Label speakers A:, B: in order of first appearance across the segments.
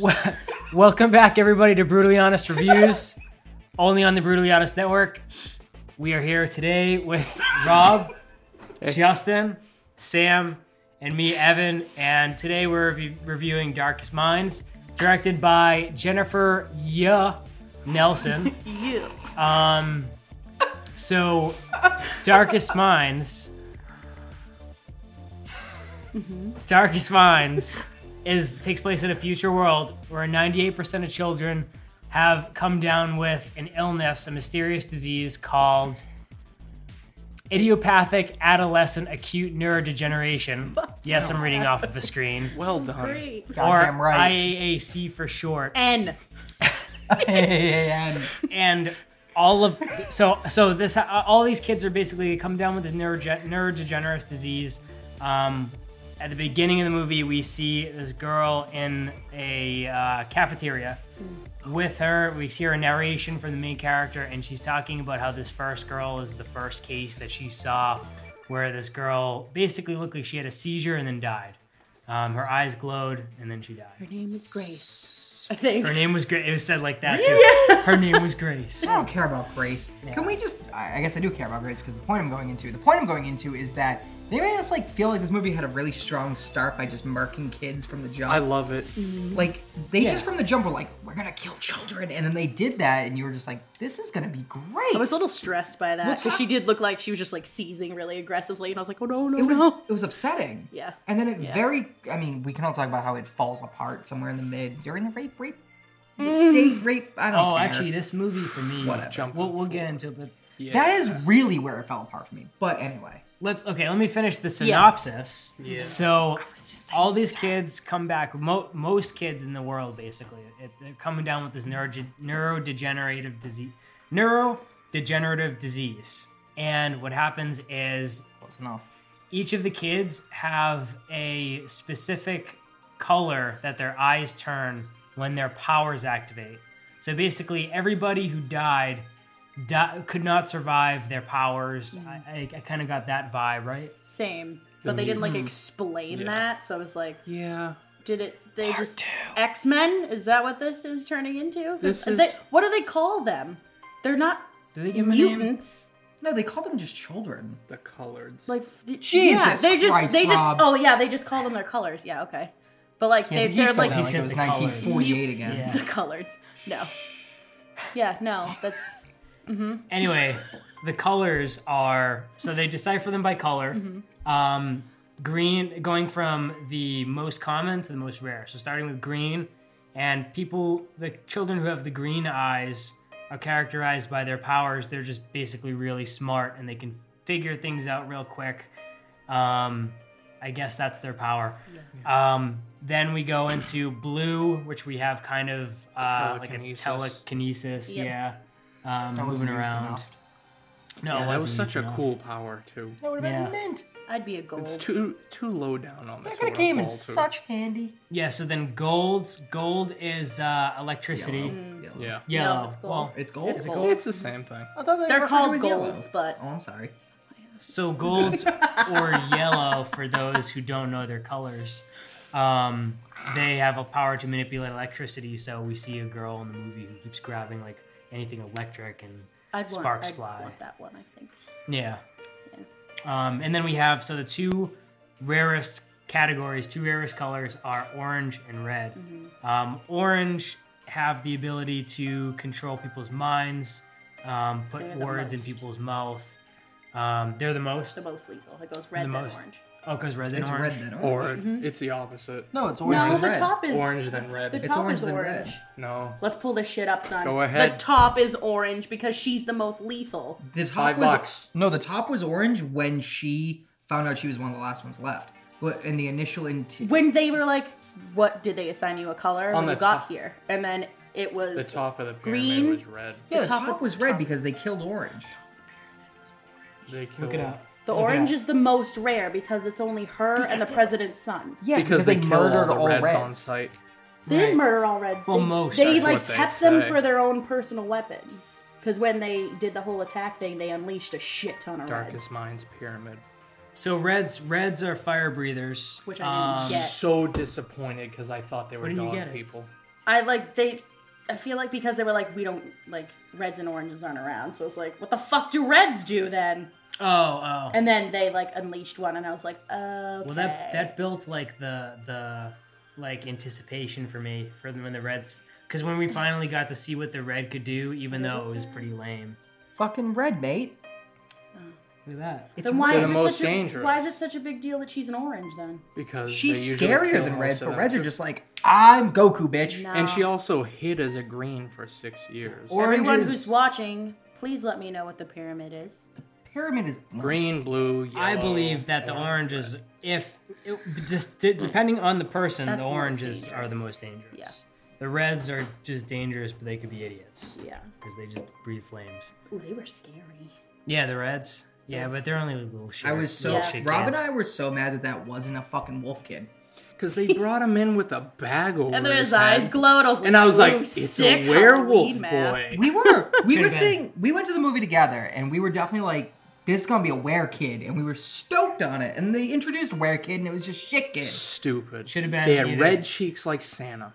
A: Well, welcome back, everybody, to Brutally Honest Reviews, only on the Brutally Honest Network. We are here today with Rob, Justin, Sam, and me, Evan, and today we're rev- reviewing Darkest Minds, directed by Jennifer Yeah Nelson.
B: You.
A: So, Darkest Minds. Darkest Minds is takes place in a future world where 98% of children have come down with an illness, a mysterious disease called idiopathic adolescent acute neurodegeneration. Yes, I'm reading off of a screen.
C: Well done.
B: Great.
A: Or
D: Goddamn right.
A: IAAC for short.
B: N.
D: and
A: and all of so so this all these kids are basically come down with this neuroge- neurodegenerative disease. Um, at the beginning of the movie, we see this girl in a uh, cafeteria. With her, we hear a narration from the main character, and she's talking about how this first girl is the first case that she saw, where this girl basically looked like she had a seizure and then died. Um, her eyes glowed, and then she died.
B: Her name is Grace. I think.
A: Her name was Grace. It was said like that too. Her name was Grace.
D: I don't care about Grace. Can we just? I I guess I do care about Grace because the point I'm going into. The point I'm going into is that they made us like feel like this movie had a really strong start by just murking kids from the jump.
C: I love it.
D: like they
A: Mm-hmm. Yeah.
D: just from the jump were like, we're gonna kill children, and then they did that, and you were just like, this is gonna be great.
B: I was a little stressed by that
D: What's
B: because she
D: hap-
B: did look like she was just like seizing really aggressively, and I was like, oh no, no,
D: it was
B: no.
D: it was upsetting.
B: Yeah.
D: And then it
B: Yeah.
D: very. I mean, we can all talk about how it falls apart somewhere in the mid during the rape rape. Date rape. I don't
A: Mm. Oh,
D: care.
A: actually, this movie for me.
D: Whatever.
A: Jump- We'll, we'll get into it, but
D: that is really where it fell apart for me. But anyway.
A: let's okay. Let me finish the synopsis.
C: Yeah.
A: So,
B: just
A: all these kids come back. Mo- most kids in the world, basically, it, they're coming down with this neurode- neurodegenerative disease. Neurodegenerative disease. And what happens is
D: Close enough.
A: each of the kids have a specific color that their eyes turn when their powers activate. So basically, everybody who died di- could not survive their powers. I, I, I kind of got that vibe, right?
B: Same. But they didn't like explain that, so I was like,
C: Yeah.
B: did it? They just X Men? Is that what this is turning into?
C: This
B: They-
C: is-
B: what do they call them? They're not
A: Do they give them a name?
B: mutants.
D: No, they call them just children.
C: The colored.
B: Like th-
D: Jesus
B: yeah, they just
D: Christ,
B: they just
D: Rob.
B: oh yeah, they just call them their colors. Yeah, okay. But like
D: Yeah,
B: they,
D: but he
B: they're
D: said
B: like
D: that
A: He
D: like
A: said
D: it was
A: the colours.
D: 1948 again.
A: Yeah.
B: the colors. No. Yeah, no, that's
A: Anyway, the colors are so they decipher them by color. Um, green going from the most common to the most rare. So starting with green, and people, the children who have the green eyes are characterized by their powers. They're just basically really smart and they can figure things out real quick. Um, I guess that's their power. Um, then we go into blue, which we have kind of uh, like a
C: Telekinesis.
A: telekinesis.
B: Yep.
A: Yeah. Um,
D: That wasn't
A: moving
D: used
A: around.
D: enough.
A: No,
C: yeah,
A: it
C: that
A: wasn't
C: was such
A: used
C: a
A: enough.
C: cool power too.
D: That would have
A: Yeah.
D: been mint.
B: I'd be a gold.
C: It's too too low down on this.
D: That could have came in such handy.
A: Yeah, so then gold. Gold is uh, electricity. Yellow.
D: Yellow.
C: Yeah.
B: No, it's gold.
A: Well,
D: Mm. It's gold.
B: It's gold.
C: It's the same thing.
D: I thought they
B: They're
D: referred
B: called
D: to as
B: golds,
D: yellow.
B: but-
D: Oh, I'm sorry.
A: so gold or yellow for those who don't know their colors. Um, they have a power to manipulate electricity. So we see a girl in the movie who keeps grabbing like anything electric and
B: I'd want,
A: sparks
B: I'd
A: fly.
B: want that one, I think.
A: Yeah. Um, and then we have so the two rarest categories, two rarest colors are orange and red.
B: Mm-hmm.
A: Um, orange have the ability to control people's minds, um, put
B: They're the
A: words in
B: most.
A: people's mouth. Um, they're the most.
B: The most lethal. It goes red
A: The
B: then
A: most.
B: orange.
A: oh, because red then
D: It's
A: orange.
D: red then orange.
C: Or it's the opposite.
D: Mm-hmm. No, it's orange
B: No,
D: then
B: the
D: red.
B: top is
C: Orange then red.
B: The
C: It's
B: top
D: orange
B: is
D: then
B: orange.
D: red.
C: No.
B: Let's pull this shit up, son.
C: Go
B: The
C: ahead.
B: top is orange because she's the most lethal.
D: The top
C: Five
D: was
C: bucks.
D: no. The top was orange when she found out she was one of the last ones left. But in the initial int-
B: When they were like, "What did they assign you a color
C: On
B: when you
C: the
B: got
C: top.
B: here?" and then it was
C: The top of the pyramid
B: Green.
C: was red.
D: yeah, the
B: top
D: top,
B: was-
D: was red because they killed orange.
C: They killed,
A: Look it up.
B: The
A: Look it
B: orange
A: up.
B: is the most rare because it's only her and the president's son.
D: Yeah,
C: because, they, killed
D: murdered
C: all the reds,
D: reds.
C: on site.
B: They
A: Right.
B: didn't murder all reds.
A: Well,
B: they,
A: most,
B: They
A: that's
B: like
C: what they
B: kept them
C: say.
B: for their own personal weapons. Because when they did the whole attack thing, they unleashed a shit ton of reds,
C: Darkest Minds pyramid.
A: So reds, reds are fire breathers.
B: which I didn't
A: Um,
B: get.
C: So disappointed because I thought they were
A: didn't you
C: dog
A: get it?
C: people.
B: I like they. I feel like because they were like we don't like reds and oranges aren't around, so it's like what the fuck do reds do then?
A: Oh, oh.
B: And then they like unleashed one, and I was like, okay.
A: Well, that that built like the the like anticipation for me for when the Reds because when we finally got to see what the red could do, even though it was pretty lame.
D: Fucking red, mate.
A: Look at that.
D: It's
B: then why
C: They're
B: is,
C: the
B: it
C: most
B: such a,
C: dangerous.
B: why is it such a big deal that she's an orange then?
C: because they
D: She's
C: usually
D: scarier
C: kill
D: than
C: most
D: reds,
C: of
D: but
C: them.
D: reds are just like, I'm Goku, bitch.
B: No.
C: And she also hid as a green for six years.
A: Or-
B: Everyone
A: Oranges-
B: who's watching, please let me know what the pyramid is.
D: Pyramid is
C: green, blue, yellow.
A: I believe that the
C: orange.
A: oranges, if it, just de- depending on the person,
B: That's
A: the
B: the most
A: oranges are the
B: dangerous.
A: most dangerous. The reds are just dangerous, but they could be idiots
B: Yeah.
A: because they just breathe flames.
B: Ooh, they were scary.
A: Yeah, the reds. Yeah, but they're only little shit.
D: I was so
A: little
B: Yeah.
A: shit
D: Rob and
A: kids.
D: I were so mad that that wasn't a fucking wolf kid.
C: Because they brought him in with a bag over
B: And then his
C: head.
B: eyes glowed. I was like,
C: And I was like,
B: "Ooh,
C: it's
B: sick
C: a werewolf
B: Halloween mask."
C: boy.
D: We were we were
A: Should've been.
D: saying we went to the movie together and we were definitely like this is gonna be a were kid and we were stoked on it and they introduced were kid and it was just shit kid.
C: Stupid.
A: Should've been
C: They had
A: either.
C: red cheeks like Santa.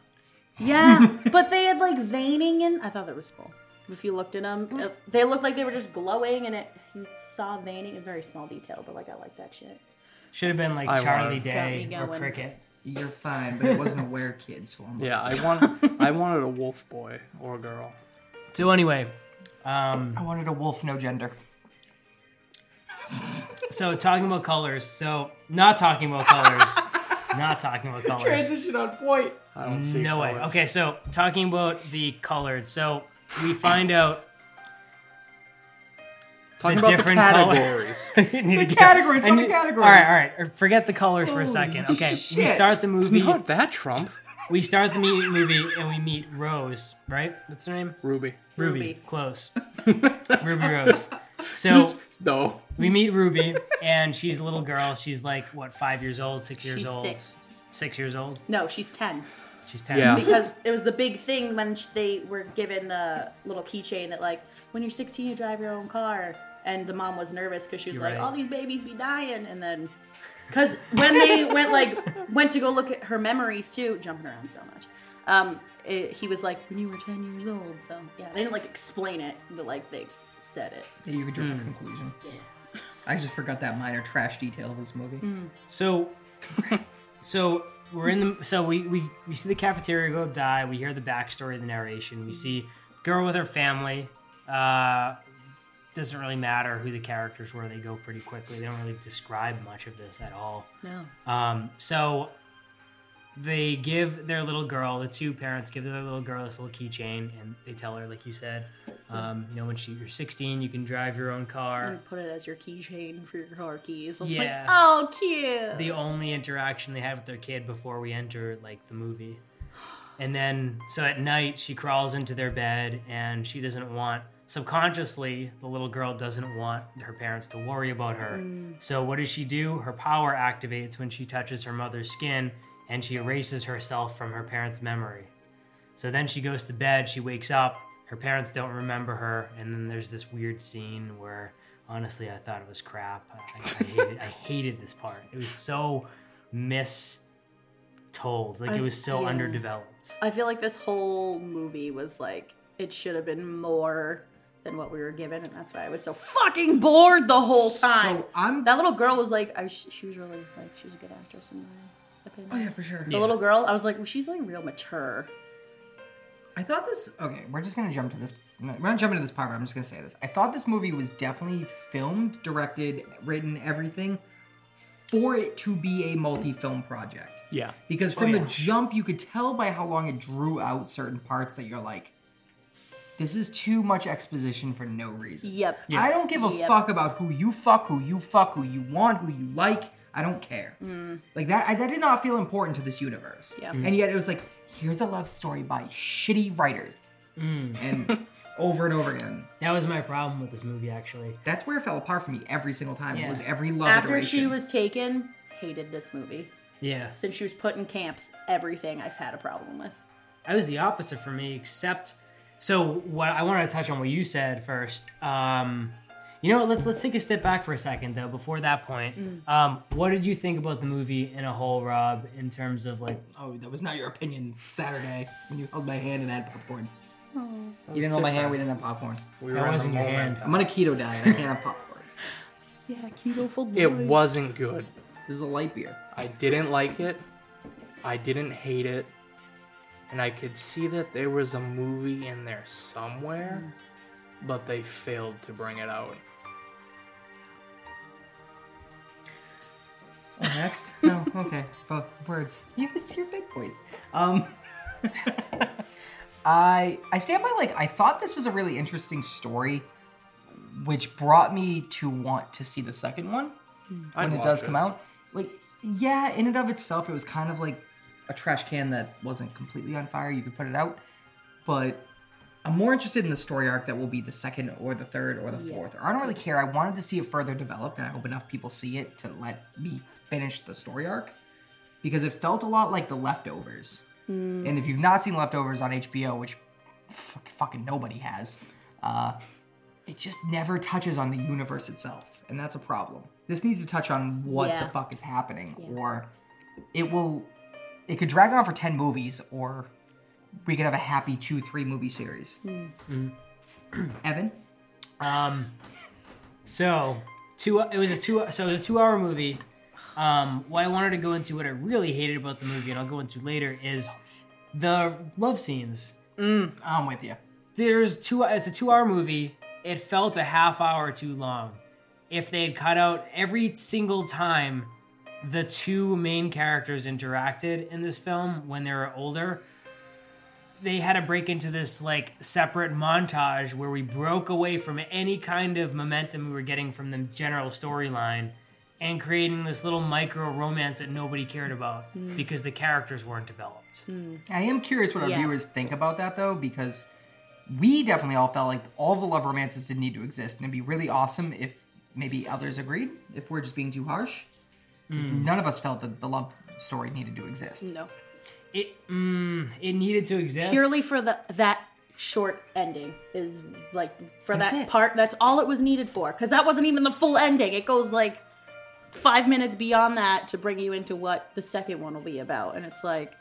B: Yeah, but they had like veining, and I thought that was cool. If you looked at them,
D: was-
B: it- they looked like they were just glowing, and it you saw veining in very small detail. But like, I like that shit.
A: Should have been like
C: I
A: Charlie
C: wanted-
A: Day
B: Got me
A: or
B: going.
A: Cricket.
D: You're fine, but it wasn't a were kid, so I'm
C: Yeah,
D: upset.
C: I want. I wanted a wolf boy or a girl.
A: So anyway, um,
D: I wanted a wolf, no gender.
A: so talking about colors. So not talking about colors. not talking about colors.
D: Transition on point.
C: I don't see.
A: No way.
C: colors.
A: Okay, so talking about the colored, so we find out
C: Talking
A: the
C: about
A: different
C: the
A: color-
C: categories.
A: I need to get-
D: categories,
A: I
D: call the
A: need-
D: categories.
A: All right, all right. Forget the colors for a second.
D: Holy
A: Okay, we
D: shit.
A: start the movie.
C: Not that Trump.
A: We start the me- movie and we meet Rose. Right? What's her name?
C: Ruby.
A: Ruby.
B: Ruby.
A: Close. Ruby Rose. So
C: No.
A: we meet Ruby, and she's a little girl. She's like what, five years old, six years
B: She's
A: old,
B: six.
A: six years old.
B: No, she's ten
A: She's ten.
C: Yeah.
B: because it was the big thing when sh- they were given the little keychain that like when you're 16 you drive your own car, and the mom was nervous because she was
A: You're
B: like,
A: right.
B: all these babies be dying, and then because when they went like went to go look at her memories too, jumping around so much. Um, it, he was like, when you were 10 years old, so yeah, they didn't like explain it, but like they said it.
D: Yeah, you could draw a conclusion. Hmm. I just forgot that minor trash detail of this movie.
B: Hmm.
A: So, so we're in the so we we we see the cafeteria go die. We hear the backstory, of the narration. We see girl with her family. Uh, doesn't really matter who the characters were. They go pretty quickly. They don't really describe much of this at all.
B: No.
A: Um, so they give their little girl, the two parents give their little girl this little keychain, and they tell her, like you said, um, you know, when she, you're 16, you can drive your own car.
B: And put it as your keychain for your car keys. I was
A: Yeah.
B: like, oh, cute.
A: the only interaction they had with their kid before we enter like the movie and then so at night she crawls into their bed and she doesn't want subconsciously the little girl doesn't want her parents to worry about her so what does she do her power activates when she touches her mother's skin and she erases herself from her parents memory so then she goes to bed she wakes up her parents don't remember her and then there's this weird scene where honestly i thought it was crap i, I hated i hated this part it was so mistold like it
B: I-
A: was so
B: yeah.
A: underdeveloped
B: I feel like this whole movie was like, it should have been more than what we were given, and that's why I was so fucking bored the whole time.
D: So Oh, I'm.
B: that little girl was like, I, she was really, like, she was a good actress in my opinion.
D: oh yeah, for sure.
B: The little girl, I was like, well, she's like real mature.
D: I thought this. Okay, we're just gonna jump to this. no, We're not jumping to this part, but I'm just gonna say this. I thought this movie was definitely filmed, directed, written, everything for it to be a multi-film project.
C: Yeah.
D: Because from
A: yeah.
D: the jump, you could tell by how long it drew out certain parts that you're like, this is too much exposition for no reason.
B: Yep.
D: I don't give a
B: Yep.
D: fuck about who you fuck, who you fuck, who you want, who you like. I don't care.
B: Mm.
D: Like that, I, that did not feel important to this universe.
B: Yeah.
D: And yet it was like, here's a love story by shitty writers, Mm. and over and over again.
A: that was my problem with this movie actually
D: That's where it fell apart for me every single time.
A: Yeah.
D: It was every love
B: After she
D: iteration.
B: was taken, hated this movie.
A: yeah
B: Since she was put in camps, everything I've had a problem with.
A: I was the opposite for me, except so what I wanted to touch on what you said first. Um, You know what? Let's let's take a step back for a second though. Before that point, um, what did you think about the movie in a whole, Rob? In terms of like,
D: Oh, that was not your opinion Saturday when you held my hand and had popcorn.
B: Oh.
C: That
D: You
C: was
D: didn't hold my hand,
C: different.
D: we didn't have popcorn.
C: We
A: That
C: were in the
A: wasn't your
C: moment.
A: hand.
D: I'm on a keto diet, I can't have popcorn.
B: Yeah, keto for
C: It
B: life.
C: wasn't good.
D: This is a light beer.
C: I didn't like it. I didn't hate it. And I could see that there was a movie in there somewhere, but they failed to bring it out.
D: Oh, next? no, okay. Well, words. Use your big voice. Um, I I stand by like I thought this was a really interesting story, which brought me to want to see the second one
C: Hmm. I'd
D: when it
C: watch
D: does come out. Like, yeah, in and of itself, it was kind of like a trash can that wasn't completely on fire. You could put it out, but I'm more interested in the story arc that will be the second or the third or the fourth. Or I don't really care. I wanted to see it further developed, and I hope enough people see it to let me finish the story arc because it felt a lot like The Leftovers.
B: Hmm.
D: And if you've not seen Leftovers on HBO, which fuck, fucking nobody has, uh, it just never touches on the universe itself, and that's a problem. This needs to touch on what
B: Yeah.
D: the fuck is happening, or it will. It could drag on for ten movies, or we could have a happy two, three movie series.
B: Hmm.
D: Evan,
A: um, so two. It was a two. So it was a two-hour movie. Um, what I wanted to go into, what I really hated about the movie, and I'll go into later, is the love scenes.
D: I'm with you.
A: there's two it's a two hour movie it felt a half hour too long if they had cut out every single time the two main characters interacted in this film when they were older they had to break into this like separate montage where we broke away from any kind of momentum we were getting from the general storyline and creating this little micro romance that nobody cared about because the characters weren't developed
D: I am curious what our
B: Yeah.
D: viewers think about that though, because we definitely all felt like all the love romances didn't need to exist, and it'd be really awesome if maybe others agreed. If we're just being too harsh, none of us felt that the love story needed to exist.
B: no
A: it mm, it needed to exist
B: purely for the that short ending is like for
D: That's
B: that
D: it.
B: part. That's all it was needed for because that wasn't even the full ending. It goes like five minutes beyond that to bring you into what the second one will be about, and it's like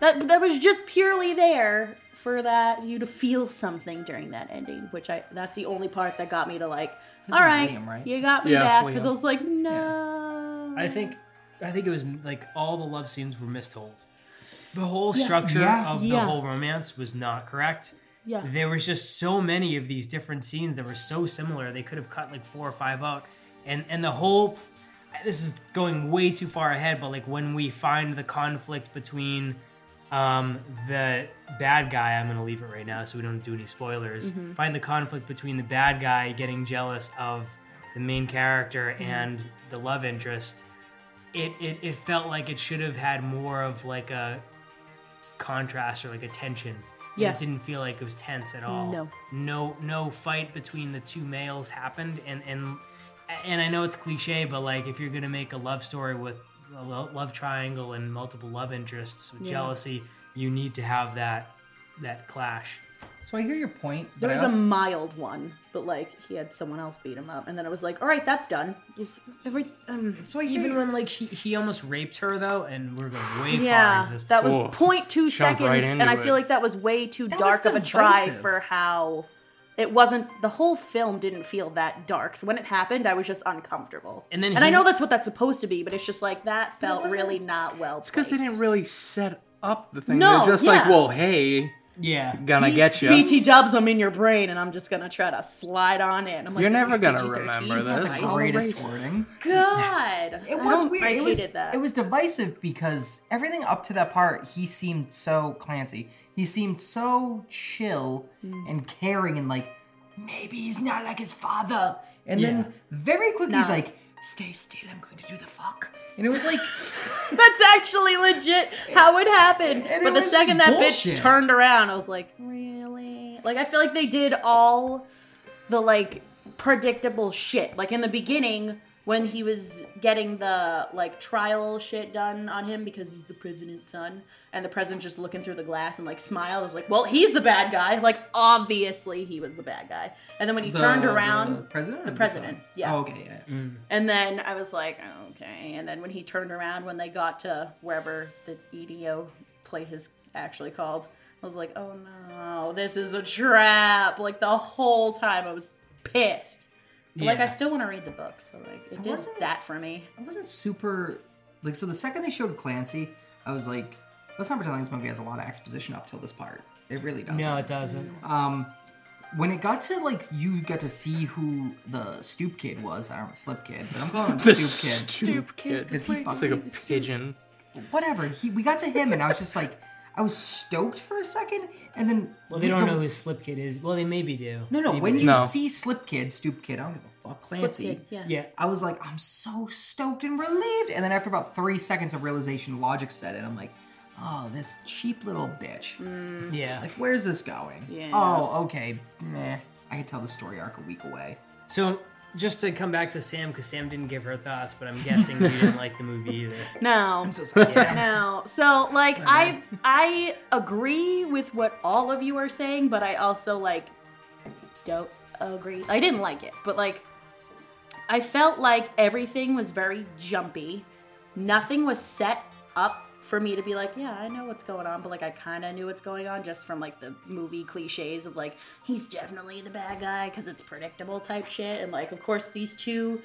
B: that that was just purely there for that you to feel something during that ending. Which I that's the only part that got me to like, all
D: name's
B: right,
D: Liam, right?
B: you got me
C: Yeah,
B: back because I
C: Liam.
B: was like, no.
A: I think I think it was like all the love scenes were mistold. The whole structure
D: Yeah.
A: of the
B: Yeah.
A: whole romance was not correct.
B: Yeah.
A: There was just so many of these different scenes that were so similar. They could have cut like four or five out. And and the whole pl- this is going way too far ahead, but like when we find the conflict between um, the bad guy, I'm gonna leave it right now so we don't do any spoilers. Find the conflict between the bad guy getting jealous of the main character and the love interest. It, it it felt like it should have had more of like a contrast or like a tension. And
B: Yeah.
A: It didn't feel like it was tense at all.
B: No.
A: No no fight between the two males happened and and and I know it's cliche, but like if you're gonna make a love story with a lo- love triangle and multiple love interests with jealousy, you need to have that that clash.
D: So I hear your point, but
B: There
D: I
B: was a
D: also-
B: mild one, but like he had someone else beat him up, and then I was like, "All right, that's done." Just every, um,
A: So even when like she, he almost raped her though, and we're going way far
B: yeah,
A: into this.
B: that was
C: Oh,
B: 0.2
C: jumped
B: seconds,
C: right
B: and
C: into
B: I feel
C: it.
B: like that was way too
D: That was
B: dark of a try
D: divisive.
B: for how it wasn't. The whole film didn't feel that dark, so when it happened, I was just uncomfortable.
A: And then
B: and I
A: he-
B: know that's what that's supposed to be, but it's just like that felt
D: wasn't-
B: really not well.
C: It's because they didn't really set up the thing.
B: No,
C: They're just like,
B: yeah.
C: well, hey,
A: yeah.
C: gonna get you.
B: BT dubs them in your brain, and I'm just gonna try to slide on in. I'm like,
C: You're
B: this
C: never
B: is
C: gonna
B: PG-13,
C: remember
B: all
C: this.
B: right.
C: Oh,
D: greatest wording.
B: God,
D: It
B: I
D: was
B: don't-
D: weird.
B: I
D: it
B: hated
D: was,
B: that.
D: It was divisive because everything up to that part, he seemed so Clancy. He seemed so chill
B: Hmm.
D: and caring, and like maybe he's not like his father. And
A: Yeah.
D: then very quickly, he's
B: No.
D: like, "Stay still. I'm going to do the fuck." And it was like,
B: That's actually legit how it happened.
D: And it
B: but the
D: was
B: second that
D: bullshit.
B: bitch turned around, I was like, really? Like, I feel like they did all the like predictable shit. Like in the beginning, when he was getting the like trial shit done on him because he's the president's son, and the president just looking through the glass and like smiled was like, "Well, he's the bad guy." Like obviously he was the bad guy. And then when he
D: The-
B: turned
D: the
B: around,
D: president, or
B: the president,
D: son?
B: yeah.
D: Oh, okay, yeah.
B: and then I was like, "Okay." And then when he turned around when they got to wherever the EDO place is actually called, I was like, "Oh no, this is a trap!" Like the whole time I was pissed. But, Like
A: Yeah.
B: I still want to read the book, so like it did
D: wasn't-
B: that for me.
D: I wasn't super like. So the second they showed Clancy, I was like, let's not pretend this movie has a lot of exposition up till this part. It really doesn't.
A: No, it doesn't.
D: Um, when it got to like you got to see who the stoop kid was. I don't slip kid, but I'm calling him
C: The
D: stoop kid.
C: stoop kid.
D: Because
C: It's
D: he
C: like
D: fucking,
C: a pigeon.
D: whatever. He we got to him and I was just like, I was stoked for a second, and then
A: Well, they don't
D: the-
A: know who Slip Kid is. Well, they maybe do.
D: No, no.
A: Maybe
D: When
A: they-
D: you
C: No.
D: see slip kid, stoop kid, I don't give a fuck. Clancy.
B: Slip kid, yeah.
A: yeah,
D: I was like, I'm so stoked and relieved. And then after about three seconds of realization, logic set in. I'm like, oh, this cheap little bitch.
A: yeah.
D: Like, where's this going?
B: Yeah.
D: Oh, okay. Meh. I could tell the story arc a week away.
A: So just to come back to Sam, because Sam didn't give her thoughts, but I'm guessing you didn't like the movie either.
B: No.
D: I'm so sorry. Sam.
B: no. So like I I agree with what all of you are saying, but I also like don't agree. I didn't like it, but like I felt like everything was very jumpy. Nothing was set up for me to be like, yeah, I know what's going on, but like I kind of knew what's going on just from like the movie cliches of like he's definitely the bad guy cuz it's predictable type shit and like of course these two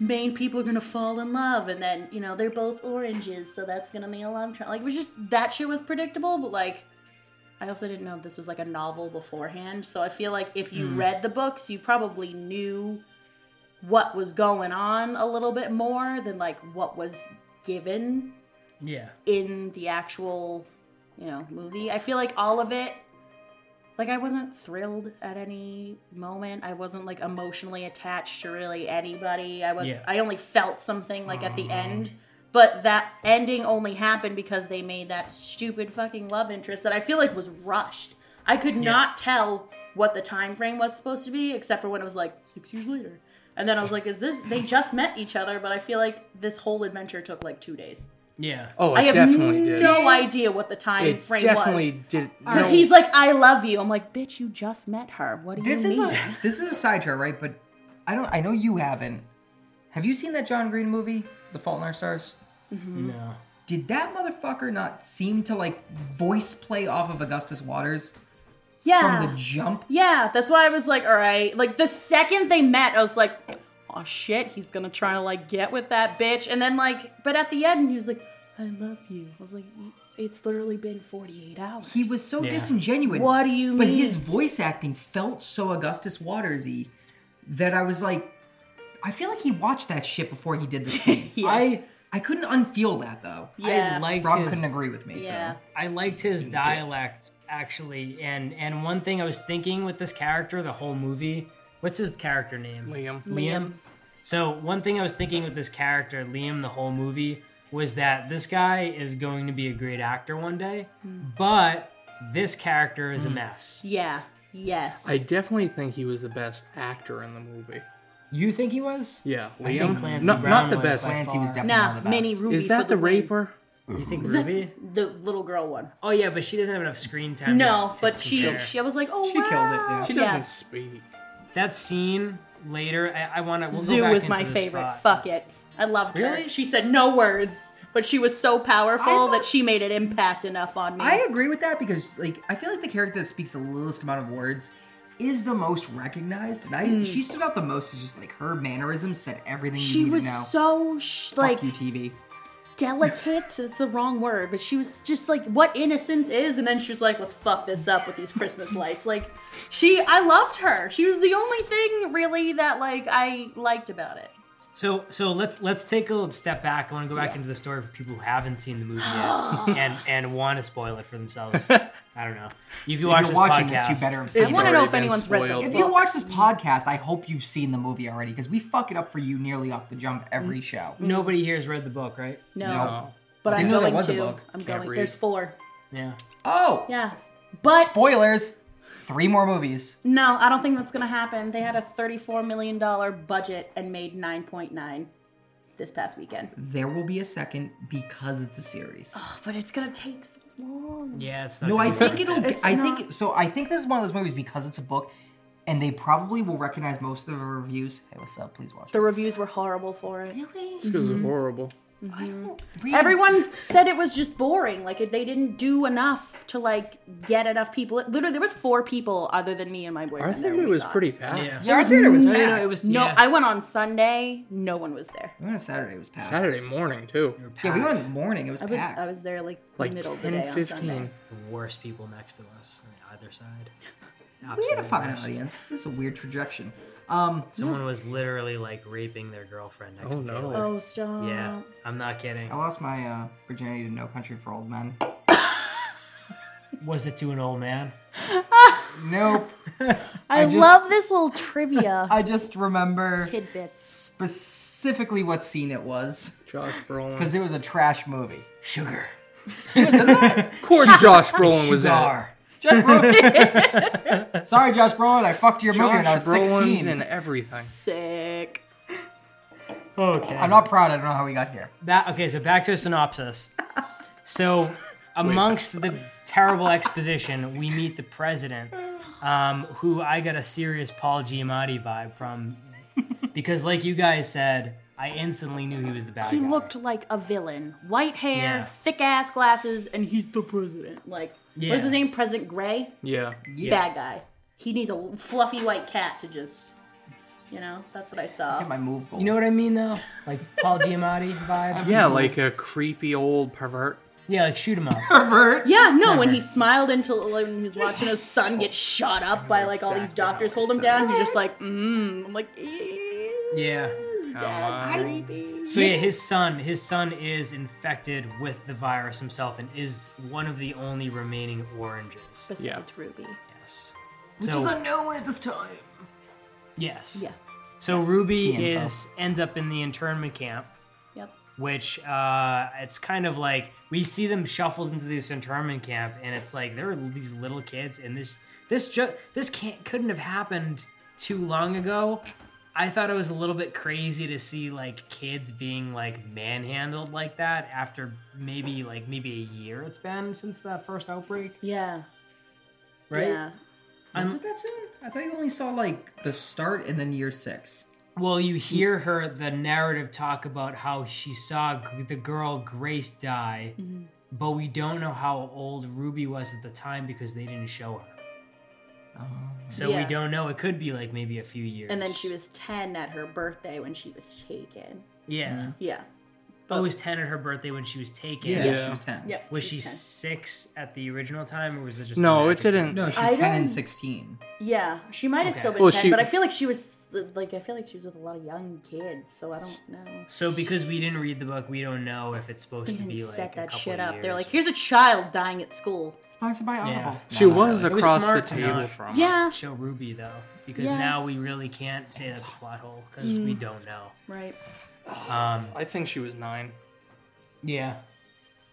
B: main people are gonna fall in love and then you know they're both oranges so that's gonna be a love triangle like it was just that shit was predictable but like i also didn't know this was like a novel beforehand so i feel like if you read the books you probably knew what was going on a little bit more than like what was given
A: Yeah.
B: in the actual you know movie i feel like all of it like i wasn't thrilled at any moment i wasn't like emotionally attached to really anybody i was
A: Yeah.
B: i only felt something like at the end but that ending only happened because they made that stupid fucking love interest that i feel like was rushed i could not tell what the time frame was supposed to be except for when it was like six years later and then i was like is this they just met each other but i feel like this whole adventure took like two days
A: Yeah.
C: Oh, it
B: I have
C: definitely did.
B: no idea what the time
C: it
B: frame
C: definitely
B: was.
C: did.
B: Because
C: no,
B: he's like, I love you. I'm like, bitch, you just met her. What do
D: This
B: you
D: is
B: mean?
D: a this is a sidetrack, right? But I don't. I know you haven't. Have you seen that John Green movie, The Fault in Our Stars?
A: No.
D: Did that motherfucker not seem to like voice play off of Augustus Waters
B: yeah.
D: from
B: Ah.
D: the jump?
B: yeah, that's why I was like, all right. Like, the second they met, I was like, oh shit, he's gonna try to like get with that bitch. And then, like, but at the end, he was like, I love you. I was like, it's literally been 48 hours.
D: He was so
A: Yeah.
D: disingenuous.
B: What do you
D: But
B: mean?
D: his voice acting felt so Augustus Watersy that I was like, I feel like he watched that shit before he did the scene.
B: Yeah.
A: I
D: I couldn't unfeel that though.
B: yeah.
A: I liked
D: Rob
A: his,
D: couldn't agree with me.
B: yeah.
D: So
A: I liked his dialect actually, and and one thing I was thinking with this character the whole movie. What's his character name?
C: Liam.
A: Liam. So one thing I was thinking with this character, Liam, the whole movie was that this guy is going to be a great actor one day, but this character is a mess.
B: Yeah. Yes.
C: I definitely think he was the best actor in the movie.
A: You think he was?
C: Yeah, Liam.
A: think Clancy
C: not,
A: Brown
C: not the
A: was
C: best.
A: by
D: Clancy was
A: far.
D: definitely one
B: nah,
D: of the best.
B: Mini Ruby.
C: Is
B: for
C: that
B: the
C: the
B: win.
C: raper?
A: You think Ruby?
B: The little girl one.
A: Oh yeah, but she doesn't have enough screen time.
B: No,
A: to- to
B: but she,
A: compare.
B: she I was like, oh
D: She
B: wow.
D: killed it, yeah.
C: She
B: Yeah.
C: doesn't speak.
A: that scene later. I, I want to. We'll go
B: Zoo
A: back
B: was
A: into
B: my
A: this
B: favorite.
A: spot.
B: Fuck it. I loved her.
A: Really?
B: She said no words, but she was so powerful
D: I thought-
B: that she made an impact enough on me.
D: I agree with that because like I feel like the character that speaks the littlest amount of words is the most recognized, and I she stood out the most. Is just like her mannerisms said everything
B: Hmm. she
D: you need
B: was
D: to know.
B: so sh- like
D: Fuck you, TV.
B: delicate. That's the wrong word, but she was just like what innocence is, and then she was like, "Let's fuck this up with these Christmas lights." Like, she, I loved her. She was the only thing really that like I liked about it.
A: So so let's let's take a little step back. I want to go back into the story for people who haven't seen the movie yet and and want to spoil it for themselves. I don't know. If you watch
D: If
A: this
D: you're watching
A: podcast,
D: this, you better have seen
B: I
C: It's
D: it.
B: want to know
C: already
B: if
C: been
B: anyone's read the
C: spoiled.
B: book.
D: If you watch this podcast, I hope you've seen the movie already because we fuck it up for you nearly off the jump every show.
A: nobody here has read the book, right?
B: Mm. no,
D: No.
B: but
D: I
B: I'm
D: didn't know there
B: going
D: was a
B: to.
D: book.
B: I'm
C: Can't
B: going.
C: read.
B: There's four.
A: Yeah.
D: Oh,
B: Yes, but
D: spoilers! Three more movies.
B: No, I don't think that's gonna happen. They had a thirty-four million dollar budget and made nine point nine. this past weekend.
D: There will be a second because it's a series.
B: Oh, but it's gonna take so long.
A: Yeah, it's not
D: No,
A: gonna
D: I
A: be
D: think it'll.
B: It's
D: I
B: not-
D: think so. I think this is one of those movies because it's a book, and they probably will recognize most of the reviews. Hey, what's up? Please watch.
B: The
D: this.
B: reviews were horrible for it.
D: really?
C: Because
B: Mm-hmm.
C: it's horrible.
D: I don't read-
B: Everyone said it was just boring. Like it- they didn't do enough to like get enough people. Literally, there was four people other than me and my
C: Our
B: boyfriend. there
C: theater
B: when we
C: was
B: saw it.
C: pretty packed.
A: Yeah.
D: Yeah, our theater was
A: No, no,
D: packed.
A: no, it was
B: No,
A: yeah.
B: I went on Sunday. No one was there.
D: We went on Saturday. It was packed.
C: Saturday morning too.
D: Yeah, we went in the
A: Packed.
D: morning. It was
B: I was
D: packed.
B: I was there like,
C: Like
B: middle of the day
C: 10,
B: on Sunday.
C: 15.
A: the worst people next to us on either side.
D: we had a
A: Absolute
D: fine
A: worst.
D: audience. This is a weird projection. Um,
A: Someone was literally like raping their girlfriend next
C: Oh,
A: to
C: no.
A: Taylor.
B: Oh stop!
A: Yeah, I'm not kidding.
D: I lost my uh, virginity to No Country for Old Men.
A: Was it to an old man?
D: Nope.
B: I,
D: I just-
B: love this little trivia
D: I just remember
B: tidbits.
D: specifically what scene it was
C: Josh Brolin.
D: because it was a trash movie. Sugar.
C: Of course, Josh Brolin was in it.
A: Cigar.
D: Josh Brolin. Sorry, Josh Brolin. I fucked your movie when I
C: Josh
D: was
C: Brolin's
D: 16.
C: in everything.
B: Sick.
A: Okay.
D: I'm not proud. I don't know how we got here.
A: Ba- okay, so back to a synopsis. So, amongst the terrible exposition, we meet the president, um, who I got a serious Paul Giamatti vibe from, because, like you guys said, I instantly knew he was the bad
B: He
A: guy.
B: looked like a villain. White hair,
A: Yeah.
B: thick ass glasses, and he's the president. Like,
A: Yeah.
B: what is his name? President Gray?
C: Yeah.
B: Bad guy. He needs a fluffy white cat to just, you know, that's what I saw.
D: Get my move goal.
A: You know what I mean, though? Like Paul Giamatti vibe.
C: Yeah, like a creepy old pervert.
A: Yeah, like shoot him up.
D: pervert.
B: Yeah, no, when he smiled until like, when he was watching his son get shot up by like all these doctors hold him down, he's just like, mmm. I'm like, ew,
A: Yeah.
B: his
C: on.
B: dad's creepy.
A: So yeah, his son, his son is infected with the virus himself, and is one of the only remaining oranges.
B: Besides
C: Yeah.
B: Ruby.
A: Yes.
D: Which is unknown at this time.
A: Yes.
B: Yeah.
A: So Ruby
D: Key info.
A: is ends up in the internment camp,
B: Yep.
A: which uh, it's kind of like we see them shuffled into this internment camp, and it's like there are these little kids, and this this ju- this can't couldn't have happened too long ago. I thought it was a little bit crazy to see like kids being like manhandled like that after maybe like maybe a year it's been since that first outbreak,
B: Yeah.
A: right?
B: Yeah.
D: Was it that soon? I thought you only saw like the start and then year six.
A: Well,
B: Mm.
A: you hear her the narrative talk about how she saw g- the girl Grace die,
B: Mm-hmm.
A: but we don't know how old Ruby was at the time because they didn't show her.
C: Oh.
D: Um,
A: So we
B: Yeah.
A: don't know. It could be like maybe a few years.
B: And then she was 10 at her birthday when she was taken.
A: yeah.
B: Yeah.
A: Oh, it was ten at her birthday when she was taken.
D: yeah,
C: Mm-hmm. Yeah.
D: she was 10.
B: Yep.
A: Was she
B: she's
A: six at the original time, or was it just
C: No,
A: a
C: it
A: magic-
C: didn't.
D: No, she
B: I
D: was 10
B: don't-
D: and 16.
B: 10. Yeah. She might have
A: Okay.
B: still been
C: Well,
B: 10,
C: she-
B: but I feel like she was like I feel like she was with a lot of young kids, so I don't know.
A: So because we didn't read the book, we don't know if it's supposed
B: They
A: to
B: didn't
A: be like
B: set
A: a
B: that
A: couple of
B: shit up. They're
A: years.
B: like, here's a child dying at school.
D: Sponsored by Audible.
A: Yeah.
C: She
D: No, not
C: was
D: really.
A: was
C: across the
A: smart to
C: table
A: not-
C: from. her.
B: Yeah.
A: show Ruby though, because
B: Yeah. Mm.
A: now we really can't say that's a plot hole because we don't know.
B: Right.
A: Um,
C: I think she was nine
A: Yeah.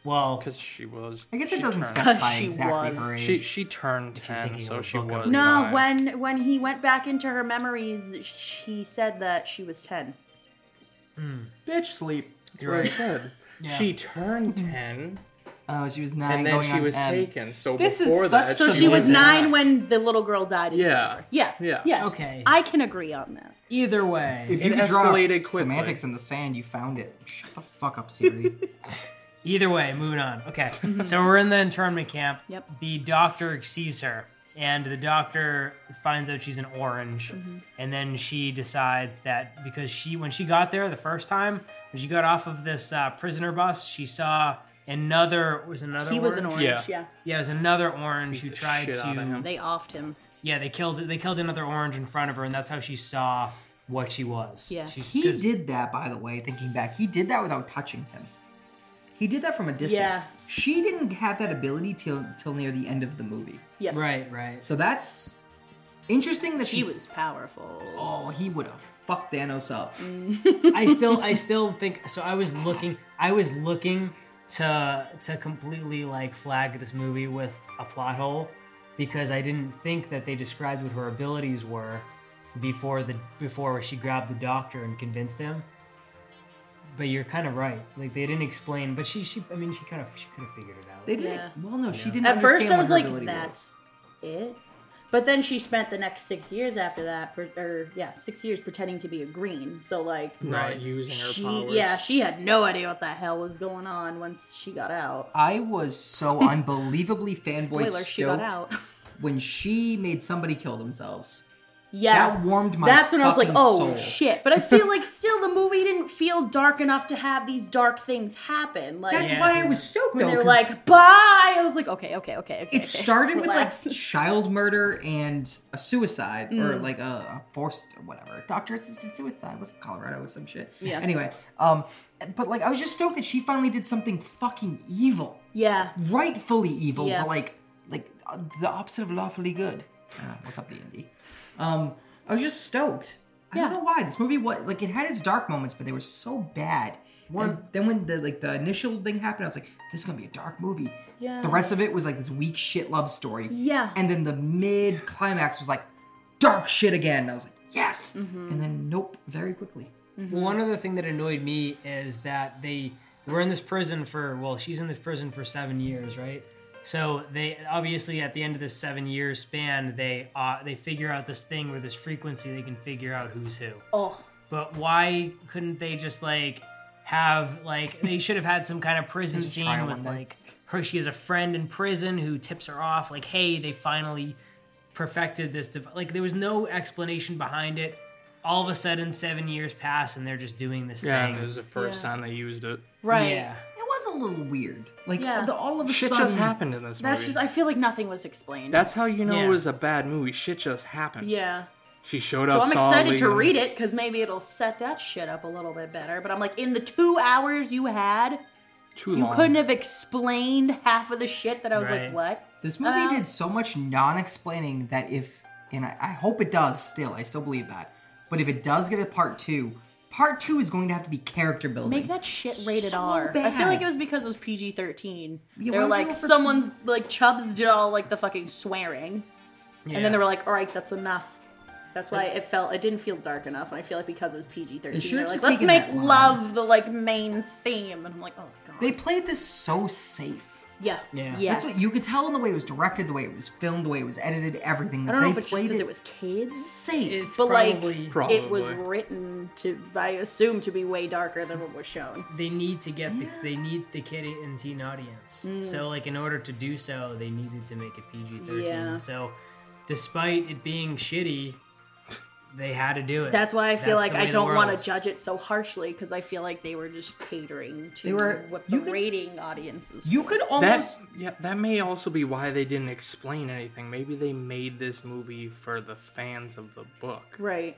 A: Well,
C: because she was.
D: I guess it
C: she
D: doesn't
C: turned-
D: specify
B: She
D: exactly
B: was.
D: her age.
C: She she turned ten,
A: thinking of
C: so
A: a
C: she
A: book
C: was.
A: of-
B: No,
C: nine.
B: when when he went back into her memories, she said that she was 10.
D: bitch sleep.
A: you're right.
C: Good.
A: Yeah.
C: She turned ten,
D: Oh, she was 9
C: and then
D: going
C: she
D: on
C: was
D: 10.
C: taken. So
D: This is
C: before
D: such-
C: that,
D: So
B: So
D: She
B: she was
D: wasn't.
B: 9 when the little girl died. in
C: Yeah.
B: front of her. Yeah.
C: Yeah.
B: Yes.
A: Okay.
B: I can agree on that.
A: Either way,
D: If you
C: It
D: could draw
C: escalated quickly.
D: semantics in the sand, you found it. Shut the fuck up, Siri.
A: either way, moving on. Okay, so we're in the internment camp.
B: Mhm. Yep.
A: The doctor sees her, and the doctor finds out she's an orange,
B: Mm-hmm.
A: and then she decides that because she, when she got there the first time, when she got off of this uh, prisoner bus, she saw another was another.
B: He was an
A: orange?
B: orange, yeah.
C: Yeah.
A: Yeah, it was another orange who
C: the
A: tried
C: shit
A: to.
C: out of him.
B: They offed him.
A: Yeah, they killed they killed another orange in front of her, and that's how she saw what she was.
B: Yeah.
A: She's,
D: he
A: 'cause-
D: did that, by the way, thinking back. He did that without touching him. He did that from a distance.
B: Yeah.
D: She didn't have that ability till till near the end of the movie.
B: Yeah.
A: Right, right.
D: So that's interesting that she,
B: He was powerful.
D: Oh, he would have fucked Thanos up.
B: Mm,
A: I still, I still think. So I was looking, I was looking to to completely like flag this movie with a plot hole because I didn't think that they described what her abilities were before the before she grabbed the doctor and convinced him. but you're kind of right. Like they didn't explain, but she she I mean she kind of she could have figured it out.
D: They didn't.
B: Yeah.
D: Well, no, she didn't.
B: At first,
D: understand
B: I was
D: what her
B: like,
D: ability
B: that's it. But then she spent the next six years after that, per, or yeah, six years pretending to be a green. So like,
A: Right.
C: Not using her
B: she
C: powers.
B: yeah, she had no idea what the hell was going on once she got out.
D: I was so unbelievably fanboy
B: Spoiler:
D: stoked
B: she got out.
D: when she made somebody kill themselves.
B: yeah,
D: That warmed my
B: That's when I was like,
D: fucking
B: oh
D: soul.
B: shit. But I feel like still the movie didn't feel dark enough to have these dark things happen. Like
D: That's
A: Yeah,
D: why I
A: dude.
D: was stoked
B: when
D: though.
B: they were
D: 'cause
B: like, bye. I was like, okay, okay, okay. okay
D: it started with
B: relax. Mm.
D: like child murder and a suicide or like a, a forced whatever doctor assisted suicide was it Colorado or some shit.
B: Yeah.
D: Anyway, um, but like I was just stoked that she finally did something fucking evil,
B: yeah.
D: rightfully evil,
B: Yeah.
D: but like like uh, the opposite of lawfully good. Uh, what's up, the indie? Um, I was just stoked. I don't
B: Yeah.
D: know why this movie was like it had its dark moments, but they were so bad. And then when the like the initial thing happened, I was like, "This is gonna be a dark movie."
B: Yeah.
D: The rest of it was like this weak shit love story.
B: Yeah.
D: And then the mid climax was like dark shit again. And I was like, yes.
B: Mm-hmm.
D: And then nope, very quickly.
A: Well, one other thing that annoyed me is that they were in this prison for well, she's in this prison for seven years, right? So they obviously at the end of this seven year span, they uh, they figure out this thing where this frequency they can figure out who's who.
B: oh.
A: But why couldn't they just like have like they should have had some kind of prison
D: Just try
A: scene
D: it
A: with
D: one day.
A: like her she has a friend in prison who tips her off like hey they finally perfected this dev-. like there was no explanation behind it all of a sudden seven years pass and they're just doing this
C: Yeah,
A: thing
C: it was the first
B: Yeah.
C: time they used it.
B: Right.
A: yeah
D: It was a little weird. Like
B: Yeah.
D: the, all of a
C: Shit
D: sudden.
C: just happened in this
B: That's
C: movie.
B: just I feel like nothing was explained.
C: That's how you know
A: Yeah.
C: it was a bad movie. Shit just happened.
B: yeah.
C: She showed
B: So
C: up.
B: I'm excited to
C: solidly-
B: read it because maybe it'll set that shit up a little bit better. But I'm like, in the two hours you had,
C: Too
B: you
C: long.
B: couldn't have explained half of the shit that I was
A: Right.
B: like, what?
D: This movie
B: Uh,
D: did so much non explaining that if, and I, I hope it does still, I still believe that. But if it does get a part two, part two is going to have to be character building.
B: Make that shit rated
D: So
B: R. I feel like
D: bad.
B: it was because it was PG 13. They're
D: Yeah, why would you
B: like,
D: go for-
B: someone's like, Chubbs did all like the fucking swearing. And
A: Yeah.
B: then they were like, all right, that's enough. That's why it felt it didn't feel dark enough, and I feel like because it was PG thirteen,
D: should've
B: they're like,
D: just
B: let's
D: taken
B: make
D: that line.
B: love the like main theme, and I'm like, oh god,
D: They played this so safe.
B: yeah,
A: Yeah.
B: yes.
D: That's what you could tell in the way it was directed, the way it was filmed, the way it was edited, everything.
B: I
D: That
B: don't know
D: they
B: if it's just
D: played
B: because it was kids,
D: safe.
A: it's
B: but, like,
A: probably
C: Probably.
B: It was written to, I assume, to be way darker than what was shown.
A: they need to get the, they need the kid and teen audience.
B: Mm.
A: So like in order to do so, they needed to make it PG-13.
B: Yeah.
A: So despite it being shitty, they had to do it.
B: That's why I feel
A: That's
B: like
A: the
B: I
A: way the
B: don't want
A: world-
B: to judge it so harshly because I feel like they were just catering to
D: They were-
B: what the
D: you could-
B: rating audiences.
D: you could almost
C: That's yeah. That may also be why they didn't explain anything. Maybe they made this movie for the fans of the book.
B: right?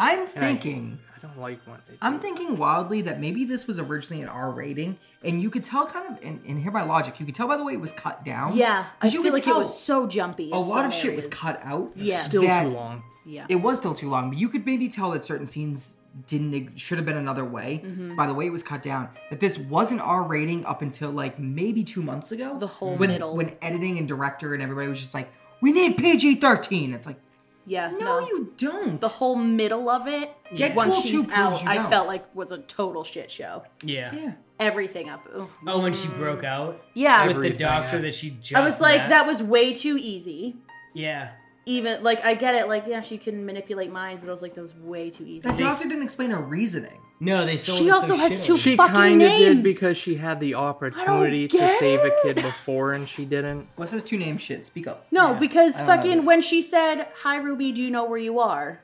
D: I'm thinking.
C: I don't like when they.
D: I'm thinking wildly that maybe this was originally an R rating, and you could tell kind of, and, and here by logic, you could tell by the way it was cut down.
B: Yeah, I
D: 'Cause you
B: feel
D: could
B: like it
D: tell
B: was so jumpy. in
D: a lot
B: some
D: of shit was
B: areas.
D: cut out.
B: Yeah.
C: still
D: that-
C: too long.
B: Yeah,
D: It was still too long, but you could maybe tell that certain scenes didn't should have been another way.
B: Mm-hmm.
D: By the way, it was cut down. That this was an R rating up until like maybe two months ago.
B: The whole
D: when,
B: middle.
D: when editing and director and everybody was just like, "We need PG 13." It's like,
B: yeah.
D: no, you don't.
B: the whole middle of it.
D: Deadpool
B: Once
D: 2
B: she's
D: proves
B: out,
D: you
B: I
D: don't.
B: felt like was a total shit show.
A: Yeah.
D: yeah.
B: Everything up. Ugh.
A: Oh, when she broke out
B: Yeah,
A: with the
C: Everything,
A: doctor
C: yeah.
A: that she just
B: I was like,
A: met.
B: that was way too easy.
A: Yeah.
B: Even like I get it, like yeah, she can manipulate minds, but I was like, that was way too easy.
D: That doctor didn't explain her reasoning.
A: No, they still
B: She also has two
C: She
B: fucking
C: kind of
B: names.
C: did because she had the opportunity to
B: get
C: save a
B: it.
C: kid before and she didn't.
D: What's this two name shit? Speak up.
B: No, because
D: I don't know
B: fucking
D: this.
B: when she said, "Hi Ruby, do you know where you are?"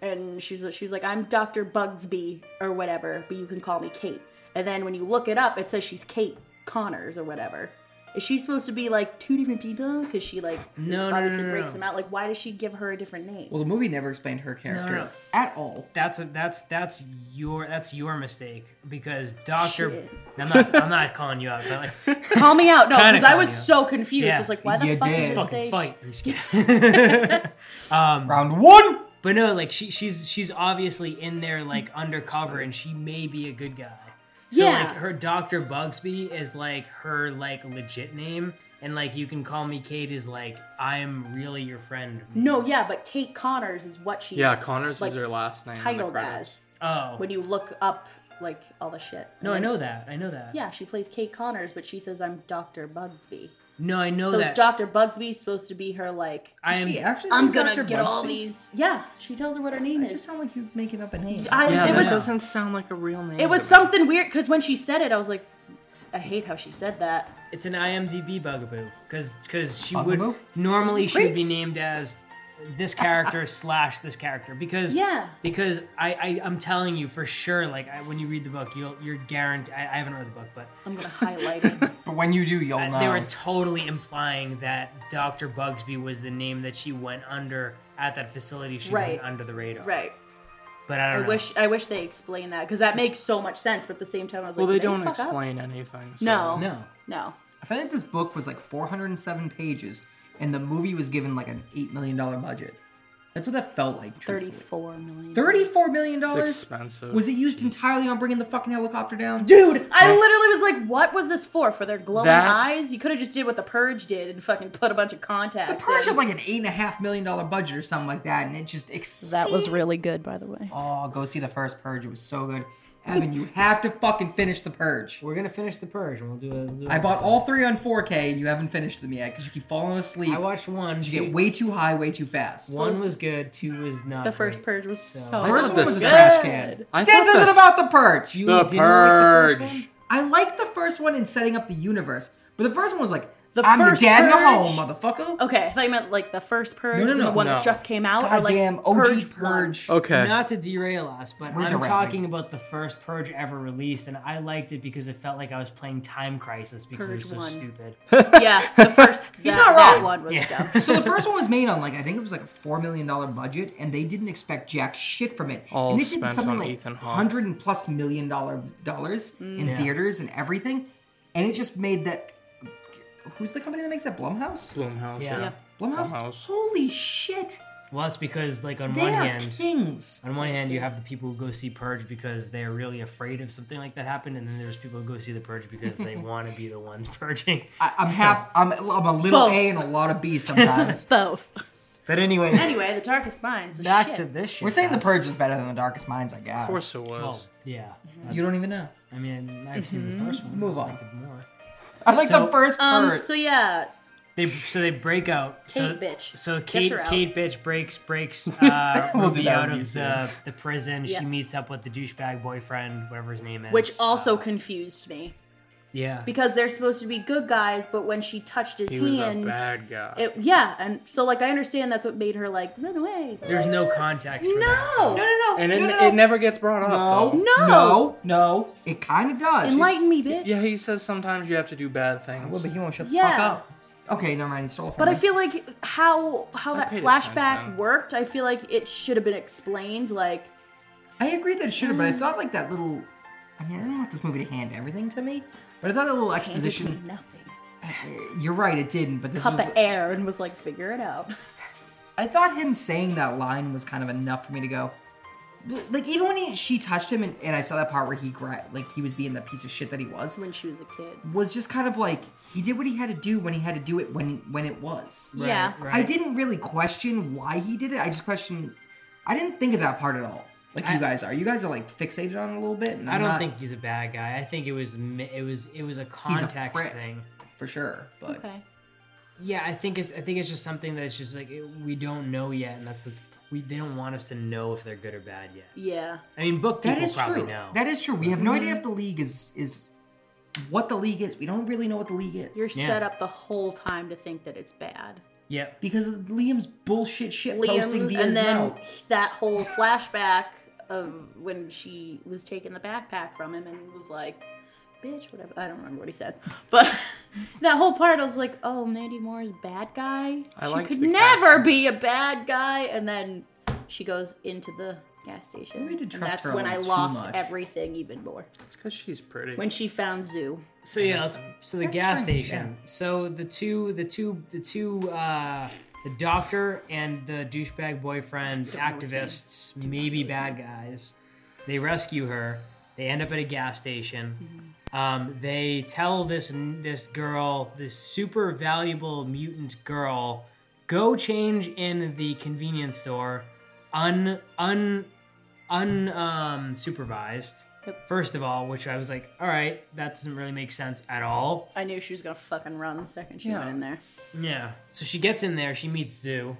B: and she's she's like, "I'm Doctor Bugsby or whatever, but you can call me Kate." And then when you look it up, it says she's Kate Connors or whatever. Is she supposed to be like two different people? Because she like
A: No, no,
B: obviously
A: no, no,
B: breaks
A: no.
B: them out. Like, why does she give her a different name?
D: Well, the movie never explained her character
A: no.
D: at all.
A: That's a, that's that's your that's your mistake because doctor.
B: Shit.
A: I'm not I'm not calling you out, but like
B: call me out, no,
A: Kinda
B: because I
A: call
B: was
A: you out.
B: so confused.
A: Yeah.
B: It's like, why the
D: You
B: fuck
D: did.
B: did it
A: fucking
B: say?
A: fight. I'm just kidding. Um,
D: Round one.
A: But no, like she, she's she's obviously in there like undercover, and she may be a good guy. So
B: Yeah.
A: like her Doctor Bugsby is like her like legit name, and like you can call me Kate is like I'm really your friend.
B: No, yeah, but Kate Connors is what she.
C: Yeah, Connors
B: like,
C: is her last name. in the
B: titled
C: credits.
B: as
A: Oh,
B: when you look up like all the shit.
A: No, I
B: And
A: know that. I know that.
B: Yeah, she plays Kate Connors, but she says I'm Doctor Bugsby.
A: No, I
C: Oh,
A: know
B: so
A: that.
B: is Doctor Bugsby supposed to be her like?
A: I am.
D: She actually
B: I'm
D: said
B: gonna
D: Dr.
B: get all
D: Bugsby?
B: these. Yeah, she tells her what her name
D: It
B: is.
D: just sounds like you're making up a name.
B: I,
C: Yeah,
B: it
C: that
B: was
C: doesn't sound like a real name.
B: it was
C: to me.
B: something weird because when she said it, I was like, I hate how she said that.
A: It's an IMDb bugaboo because she would
D: Bugaboo?
A: normally she would
B: Great.
A: be named as this character slash this character because
B: Yeah.
A: because I, I I'm telling you for sure like I, when you read the book you'll you're guaranteed I, I haven't read the book but
B: I'm gonna highlight it.
D: But when you do, you'll know.
A: they were totally implying that Dr. Bugsby was the name that she went under at that facility she
B: Right.
A: went under the radar
B: right.
A: but I
B: I
A: don't know
B: wish I wish they explained that because that makes so much sense. But at the same time, I was like,
C: Well, they
B: did
C: don't
B: fuck up?
C: explain anything. So.
B: No, no,
A: no
B: no.
D: I feel like this book was like 407 pages, and the movie was given like an eight million dollar budget. That's what that felt like. truthfully.
B: Thirty-four million.
D: 34 million dollars.
C: It's expensive.
D: Was it used entirely on bringing the fucking helicopter down?
B: Dude, I literally was like, "What was this for? For their glowing
C: That-
B: eyes? You could have just did what the Purge did and fucking put a bunch of contacts."
D: The Purge
B: in.
D: had like an eight and a half million dollar budget or something like that, and it just exceeded.
B: that was really good, by the way.
D: Oh, go see the first Purge. It was so good. Evan, you have to fucking finish the Purge.
A: we're gonna finish the purge and we'll do a. do
D: I
A: an
D: bought
A: episode.
D: all three on 4K, and you haven't finished them yet because you keep falling asleep.
A: I watched one
D: you
A: two-
D: get way too high, way too fast.
A: one was good two was not
B: The first
A: great.
B: Purge was so.
C: I
D: First
C: thought
D: one
C: this-
D: was a trash
B: good.
D: can.
C: I
D: this
C: thought
D: isn't
C: this-
D: about the Purge. You didn't
C: The
D: like the first
C: Purge.
D: one? I like the first one in setting up the universe, but the first one was like,
B: The
D: I'm the
B: first
D: dad in the
B: Purge-
D: home, motherfucker.
B: Okay, I thought you meant like the first Purge,
D: No, no,
B: and
D: no,
B: the one
C: no.
B: that just came out, or like
D: Goddamn OG Purge.
B: one.
C: Okay.
A: Not to derail us, but
D: We're
A: I'm
D: derailing.
A: talking about the first Purge ever released, and I liked it because it felt like I was playing Time Crisis because it
B: Purge
A: was so
B: one.
A: stupid.
B: Yeah, the first. That,
D: not
B: that
D: wrong.
B: one was dumb.
D: So the first one was made on like I think it was like a four million dollar budget, and they didn't expect jack shit from it.
C: All
D: and it did
C: spent
D: something
C: on
D: like
C: Ethan Hawke.
D: hundred and plus million dollar dollars
B: Mm.
D: in
A: Yeah.
D: theaters and everything, and it just made that. Who's the company that makes that? Blumhouse.
C: Bloomhouse.
A: Yeah.
C: Yeah.
A: Yeah.
D: Blumhouse.
C: Blumhouse.
D: Holy shit!
A: Well, that's because, like, on
D: They
A: one
D: are
A: hand,
D: kings.
A: on one hand, you have the people who go see Purge because they're really afraid of something like that happened, and then there's people who go see the Purge because they want to be the ones purging.
D: I, I'm half. I'm, I'm a little
B: Both.
D: A and a lot of B sometimes.
B: Both.
A: But anyway,
B: Anyway, the Darkest Minds was
A: back
B: shit.
A: to this shit.
D: We're saying the
A: fest.
D: purge was better than the Darkest Minds, I guess.
C: Of course it was.
A: Well, yeah.
B: Mhm.
D: You don't even know.
A: I mean, I've seen the first one.
D: Move
A: I
D: on.
A: liked it more.
D: I like
A: So-
D: the first
B: Um.
D: purge.
B: So yeah,
A: They so they break out. so,
B: Kate bitch.
A: So
B: Gets
A: Kate
B: her out.
A: Kate bitch breaks breaks uh,
D: We'll do
A: Ruby
D: that
A: out
D: when
A: of
D: you
A: the, the prison.
B: Yeah.
A: She meets up with the douchebag boyfriend, whatever his name is.
B: which also
A: Uh,
B: confused me
A: yeah.
B: because they're supposed to be good guys, but when she touched his
C: He was a
B: hand,
C: bad guy.
B: it yeah, and so like I understand that's what made her like run away.
A: There's no context. For that.
B: No,
D: no, no, no.
C: and it,
D: no, no, no.
C: it never gets brought up.
D: No,
C: though.
B: No.
D: no, no. It kind of does.
B: enlighten me, bitch.
C: Yeah, he says sometimes you have to do bad things.
D: Well, but he won't shut the
B: Yeah.
D: fuck up. Okay, never mind. He stole it from
B: But I
D: me.
B: feel like how how
C: I
B: that
C: paid
B: flashback
C: attention.
B: worked. I feel like it should have been explained. Like
D: I agree that it should have,
B: Mm.
D: but I thought like that little. I mean, I don't want this movie to hand everything to me, but I thought that little
B: handed me
D: exposition.
B: nothing.
D: You're right, it didn't. But this
B: Cup
D: was.
B: of air and was like, figure it out.
D: I thought him saying that line was kind of enough for me to go. Like even when he, she touched him, and, and I saw that part where he gra- like he was being the piece of shit that he was,
B: When she was a kid.
D: was just kind of like he did what he had to do when he had to do it when when it was.
B: yeah.
A: Right.
D: I didn't really question why he did it. I just questioned. I didn't think of that part at all. Like
A: I-
D: you guys are. You guys are like fixated on it a little bit. And
A: I
D: I'm
A: don't
D: not
A: think he's a bad guy. I think it was mi- it was it was a context
D: prick.
A: thing.
D: for sure. But
B: Okay.
A: Yeah, I think it's I think it's just something that's just like it, we don't know yet, and that's the we they don't want us to know if they're good or bad yet.
B: Yeah.
A: I mean, book people
D: that is
A: probably
D: true.
A: know. Mm-hmm.
D: That is true. We have no idea if the league is is what the league is. We don't really know what the league is
B: You're
A: Yeah.
B: set up the whole time to think that it's bad.
A: yep.
D: because of Liam's bullshit shit posting
B: Liam,
D: via
B: and
D: his
B: then
D: mouth.
B: that whole flashback of when she was taking the backpack from him and was like, "Bitch, whatever." I don't remember what he said, but that whole part, I was like, "Oh, Mandy Moore's bad guy.
C: I
B: she
C: liked
B: could
C: the
B: never
C: character.
B: be a bad guy." And then she goes into the gas station,
D: We did
B: and
D: trust
B: that's
D: her a
B: when I
D: little too
B: lost
D: much.
B: everything even more
C: It's because she's pretty.
B: when she found Zoo.
A: So yeah, let's, so the
D: That's
A: gas
D: strange,
A: station. So the two, the two, the two, uh, the doctor and the douchebag boyfriend activists, maybe bad guys. They rescue her. They end up at a gas station.
D: Mm-hmm.
A: Um, they tell this this girl, this super valuable mutant girl, go change in the convenience store, un un un um, supervised
B: Yep.
A: First of all, which I was like, all right, that doesn't really make sense at all.
B: I knew she was gonna fucking run the second she went
D: Yeah.
B: in there.
A: Yeah. So she gets in there. She meets Zoo,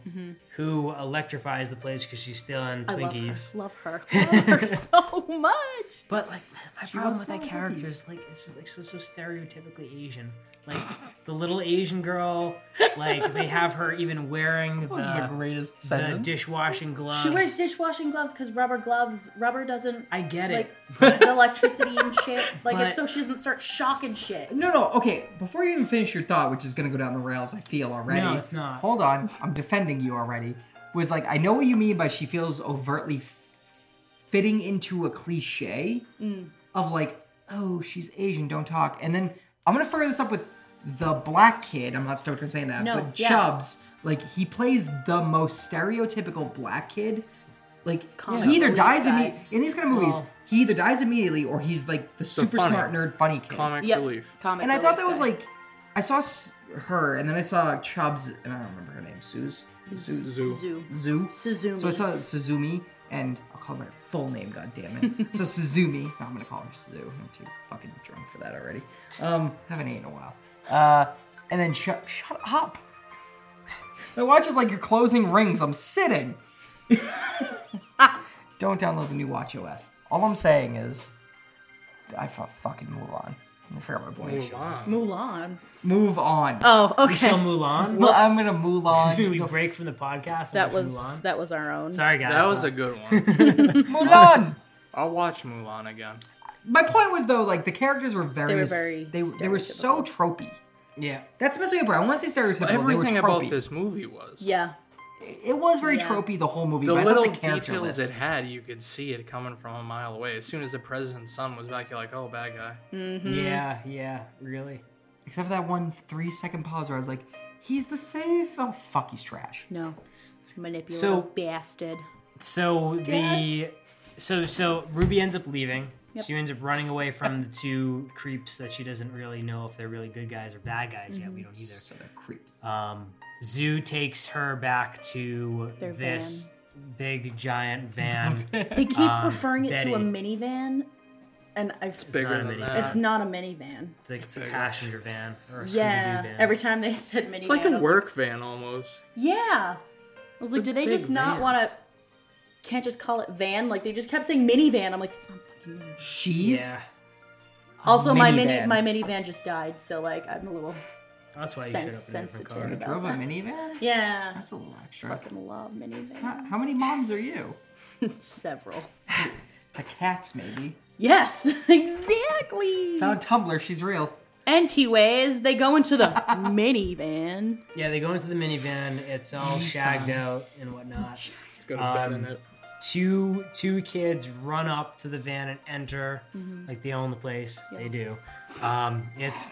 A: who electrifies the place because she's still on
B: Mm-hmm. I
A: Twinkies.
B: love her. Love her. Love her so much.
A: But like my
D: was
A: problem with
D: still
A: that
D: on
A: character
D: Twinkies.
A: is like it's just like so so stereotypically Asian. Like the little Asian girl, like they have her even wearing
D: That wasn't the
A: the,
D: greatest
A: Uh, the,
D: sentence.
A: dishwashing gloves.
B: She wears dishwashing gloves because rubber gloves, rubber doesn't
A: I get it.
B: like the electricity and shit. Like
A: But-
B: it's so she doesn't start shocking shit.
D: No, no, okay. Before you even finish your thought, which is going to go down the rails, I feel already.
A: No, it's not.
D: Hold on. I'm defending you already. Was like, I know what you mean by she feels overtly f- fitting into a cliche
A: Mm.
D: of like, oh, she's Asian, don't talk. And then I'm going to further this up with the black kid. I'm not stoked on saying that,
B: No,
D: but
B: yeah.
D: Chubbs. Like, he plays the most stereotypical black kid. Like,
B: Common
D: he either
B: police
D: dies
B: guy.
D: imme- in these kind of movies.
A: Well-
D: he either dies immediately, or he's like the super
C: funny.
D: smart nerd funny kid
C: Comic
B: Yep.
C: relief.
B: Comic
D: and I thought that
B: relief
D: was
B: guy.
D: like, I saw s- her, and then I saw Chubbs, and I don't remember her name, Suze, Zoo,
C: Zoo.
B: Zoo.
D: Zoo,
B: Suzumi.
D: So I saw Suzumi, and I'll call her by her full name. God damn it. so Suzumi. No, I'm gonna call her Suzu. I'm too fucking drunk for that already. Um, haven't ate in a while. Uh, and then shut shut up. My watch is like you're closing rings. I'm sitting. Don't download the new watch OS. All I'm saying is, I fu- fucking move on. I forgot my boy.
C: Move on.
B: Mulan.
D: Move on.
B: Oh, okay.
A: Still Mulan.
D: well, I'm gonna Mulan.
A: Should we
D: the
A: break from the podcast? and
B: that
A: watch
B: was
A: Mulan?
B: that was our own.
A: Sorry, guys.
C: That was a good one.
D: Mulan.
C: I'll watch Mulan again.
D: My point was though, like the characters were very,
B: They were very
D: they, they were so tropey.
A: yeah.
D: That's messed me up. I want to say stereotypical.
C: Everything
D: they were
C: about
D: tropey.
C: this movie was.
B: Yeah.
D: It was very
B: Yeah.
D: tropey the whole movie.
C: The
D: but I
C: little
D: thought the character
C: details
D: list.
C: it had, you could see it coming from a mile away. As soon as the president's son was back, you're like, oh, bad guy.
B: Mm-hmm.
A: Yeah. Yeah. Really.
D: except for that one three second pause where I was like, "He's the safe." Oh fuck, he's trash.
B: No. Manipulative
A: So-
B: bastard.
A: So the so so Ruby ends up leaving.
B: Yep.
A: She ends up running away from the two creeps that she doesn't really know if they're really good guys or bad guys yet. We
B: Mhm.
A: don't either.
D: So that creeps.
A: Um, Zoo takes her back to
B: Their
A: this big giant van.
B: They keep
A: Um,
B: referring it to a
A: Betty.
C: minivan.
B: minivan, and I've
C: Bigger
A: not a
C: than
A: minivan.
C: that.
B: it's not a minivan.
A: It's like it's a
C: Big.
A: passenger van or a
B: Yeah.
A: Scooby-Doo van.
B: Every time they said minivan,
C: It's like
B: I
C: a
B: was
C: work van almost.
B: Yeah. I was like,
C: It's a
B: do they
C: big
B: just not
C: van.
B: want to? Can't just call it van. Like they just kept saying minivan. I'm like, it's not fucking minivan.
D: She's
A: yeah,
B: Also, my mini
D: minivan.
B: my minivan just died, so like I'm a little
A: that's why you should open a
B: sense
A: different
B: sensitive
A: car.
B: about
D: drove a
B: that.
D: minivan.
B: Yeah,
D: That's a little extra.
B: fucking love minivan.
D: How, how many moms are you?
B: Several.
D: To cats, maybe.
B: Yes, exactly.
D: Found Tumblr. She's real.
B: Anyways, they go into the minivan.
A: Yeah, they go into the minivan. It's all shagged out and whatnot.
C: It's got a bed in
A: Um,
C: it.
A: two two kids run up to the van and enter like they own the place they do um it's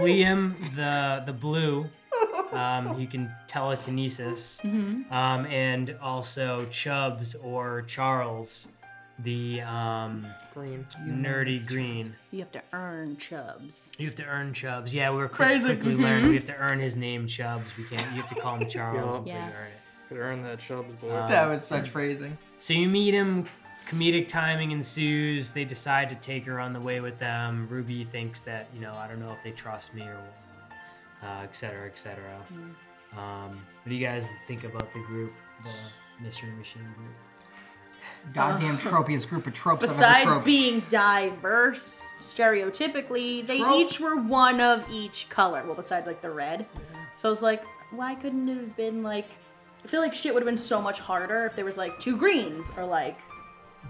A: liam the the blue um you can telekinesis um and also chubbs or charles the um
C: Green.
A: nerdy green
B: You have to earn chubs.
A: you have to earn chubbs yeah we were quick,
D: Phrasing.
A: quickly learned we have to earn his name chubbs we can't you have to call him charles
C: Yeah.
A: until
B: Yeah.
A: you earn it
C: Could earn that Chubbs boy.
D: That was such phrasing.
A: So you meet him, comedic timing ensues, they decide to take her on the way with them. Ruby thinks that, you know, I don't know if they trust me or what, uh, et cetera, et cetera.
B: Mm.
A: Um, what do you guys think about the group, the Mystery Machine group?
D: Goddamn tropiest group of tropes I've ever
B: Besides
D: troped.
B: being diverse stereotypically, they
D: Trope.
B: each were one of each color. Well, besides like the red. So I was like, why couldn't it have been like? I feel like shit would have been so much harder if there was like two greens or like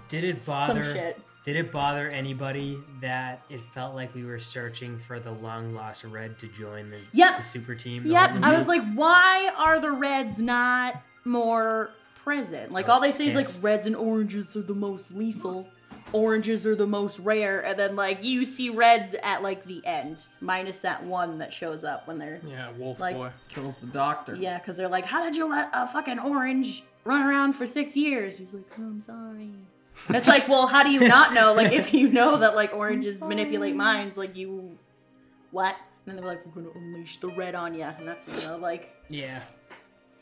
A: Did it
B: Some
A: bother
B: shit.
A: Did it bother anybody that it felt like we were searching for the long lost red to join the,
B: Yep.
A: the super team? the
B: Yep,
A: whole
B: I
A: movie?
B: was like, why are the reds not more present? Like all they say is like
A: pissed.
B: reds and oranges are the most lethal, oranges are the most rare, and then like you see reds at like the end, minus that one that shows up when they're
C: yeah, Wolf
B: like-
C: Boy.
D: kills the doctor.
B: yeah, because they're like, how did you let a fucking orange run around for six years? He's like, oh, I'm sorry. And it's like, well, how do you not know? Like if you know that like oranges manipulate minds, like you what? And then they're like, we're gonna unleash the red on you, and that's when they're like
A: yeah.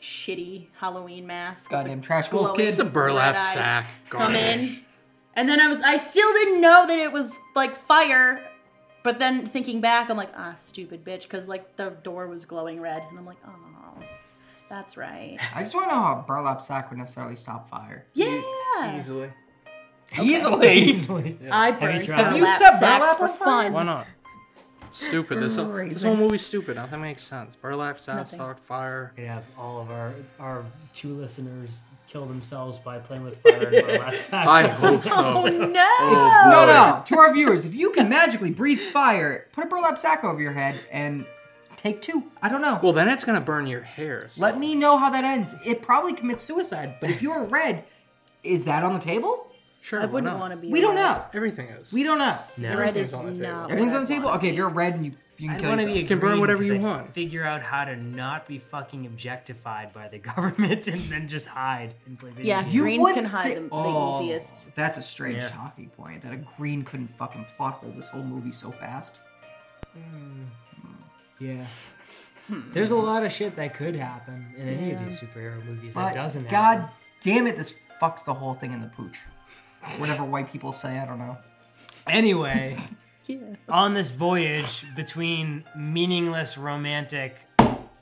B: shitty Halloween mask. with
D: Goddamn trash wolf
B: glowing
D: kid.
C: It's a burlap
B: red eyes
C: sack.
B: Come
C: Garbage.
B: in. And then I was, I still didn't know that it was like fire. But then thinking back, I'm like, ah, stupid bitch, because like the door was glowing red, and I'm like, oh, that's right.
D: I just want to know how a burlap sack would necessarily stop fire.
B: Yeah.
C: Easily.
D: Easily.
A: Easily.
B: I
A: you
B: burned
A: tried?
B: burlap
A: Have
D: you
B: sacks
D: set burlap
B: for
D: on fire?
B: fun.
C: Why not? Stupid. This, this whole movie's stupid. Nothing makes sense. Burlap, sass,
B: Nothing.
C: stock, fire.
A: We have all of our our two listeners kill themselves by playing with fire in our lap sacks.
C: I hope
B: Oh
C: so.
B: no!
D: No, no. to our viewers, if you can magically breathe fire, put a burlap sack over your head and take two. I don't know.
C: Well, then it's gonna burn your hair. so-
D: Let me know how that ends. It probably commits suicide, but if you're red, is that on the table?
C: Sure.
B: I wouldn't want to be.
D: We don't
B: red.
D: know.
C: Everything is.
D: We don't know.
A: No.
B: Red is
C: on the table.
B: not.
D: Everything's on the
B: what I
D: table?
B: want.
D: Okay, if you're red and you, you can
A: I
D: kill
A: want to be a
D: yourself.
A: green
C: can burn whatever
A: because
C: you
A: I
C: want.
A: Figure out how to not be fucking objectified by the government and then just hide and play video
B: Yeah,
A: games.
D: You
B: Greens
D: would
B: can hide
D: thi-
B: them the
D: Oh,
B: easiest.
D: That's a strange
A: Yeah.
D: talking point that a green couldn't fucking plot hole this whole movie so fast.
A: Yeah.
C: Hmm.
A: There's a lot of shit that could happen in any of these superhero movies
D: But
A: that doesn't
D: God
A: happen.
D: damn it, this fucks the whole thing in the pooch. Whatever white people say, I don't know.
A: Anyway,
B: Yeah.
A: on this voyage between meaningless romantic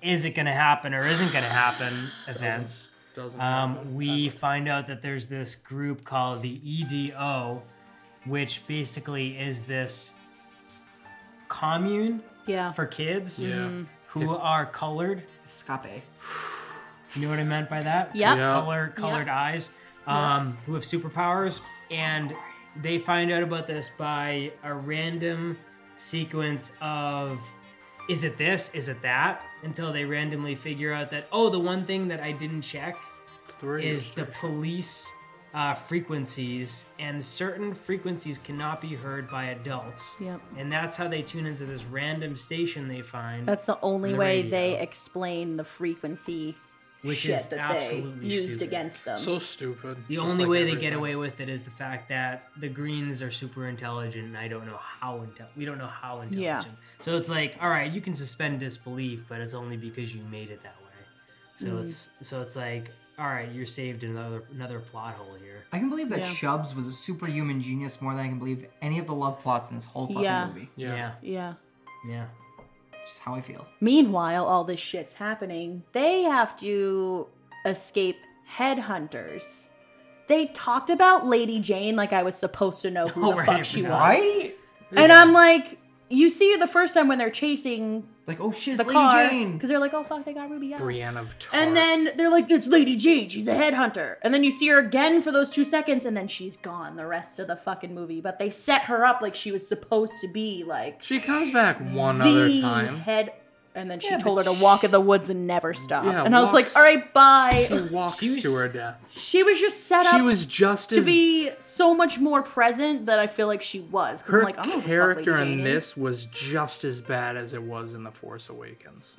A: is it going to happen or isn't going to happen events,
C: Doesn't.
A: um, we find out that there's this group called the EDO, which basically is this commune
B: Yeah.
A: for kids
C: yeah.
B: Mm.
A: who are colored.
D: Escape.
A: You know what I meant by that?
B: Yep.
C: Yeah.
A: color colored eyes um, who have superpowers and they find out about this by a random sequence of is it this is it that until they randomly figure out that oh the one thing that i didn't check
C: Three
A: is the police uh, frequencies and certain frequencies cannot be heard by adults
B: Yep.
A: and that's how they tune into this random station they find
B: That's the only
A: The
B: way
A: radio.
B: they explain the frequency
A: which
B: shit
A: is
B: that they
A: absolutely
B: used
A: stupid.
B: against them.
C: so stupid.
A: The
C: Just
A: only
C: like
A: way they
C: everything.
A: get away with it is the fact that the greens are super intelligent, and I don't know how intelligent. We don't know how intelligent.
B: Yeah.
A: So it's like, all right, you can suspend disbelief, but it's only because you made it that way. So
B: Mm.
A: it's so it's like, all right, you're saved another another plot hole here.
D: I can believe that
B: Yeah.
D: Chubbs was a superhuman genius more than I can believe any of the love plots in this whole fucking
B: Yeah.
D: movie.
C: Yeah.
A: yeah,
B: yeah.
A: yeah.
D: Which is how I feel.
B: Meanwhile, all this shit's happening. They have to escape headhunters. They talked about Lady Jane like I was supposed to know who
A: Oh,
B: the
A: right,
B: fuck she
A: yeah.
B: was.
D: Right?
B: And I'm like, you see the first time when they're chasing
D: Like, oh shit,
B: the
D: it's Lady
B: car
D: Jane.
B: because they're like, oh fuck, they got Ruby out.
C: Brienne of Tarth.
B: And then they're like, it's Lady Jane, she's a headhunter. And then you see her again for those two seconds, and then she's gone the rest of the fucking movie. But they set her up like she was supposed to be like
C: she comes back one
B: the
C: other time.
B: head. And then she told her to walk in the woods and never stop.
C: Yeah,
B: and I was like,
C: walks-
B: all right,
C: She
B: bye.
C: walks
A: She was-
C: to her death.
B: She was just set up
C: She was just
B: to
C: as
B: be so much more present that I feel like she was. 'Cause
C: her
B: I'm like, I don't know who the fuck
C: character
B: Lady
C: in
B: Jane is.
C: this was just as bad as it was in The Force Awakens.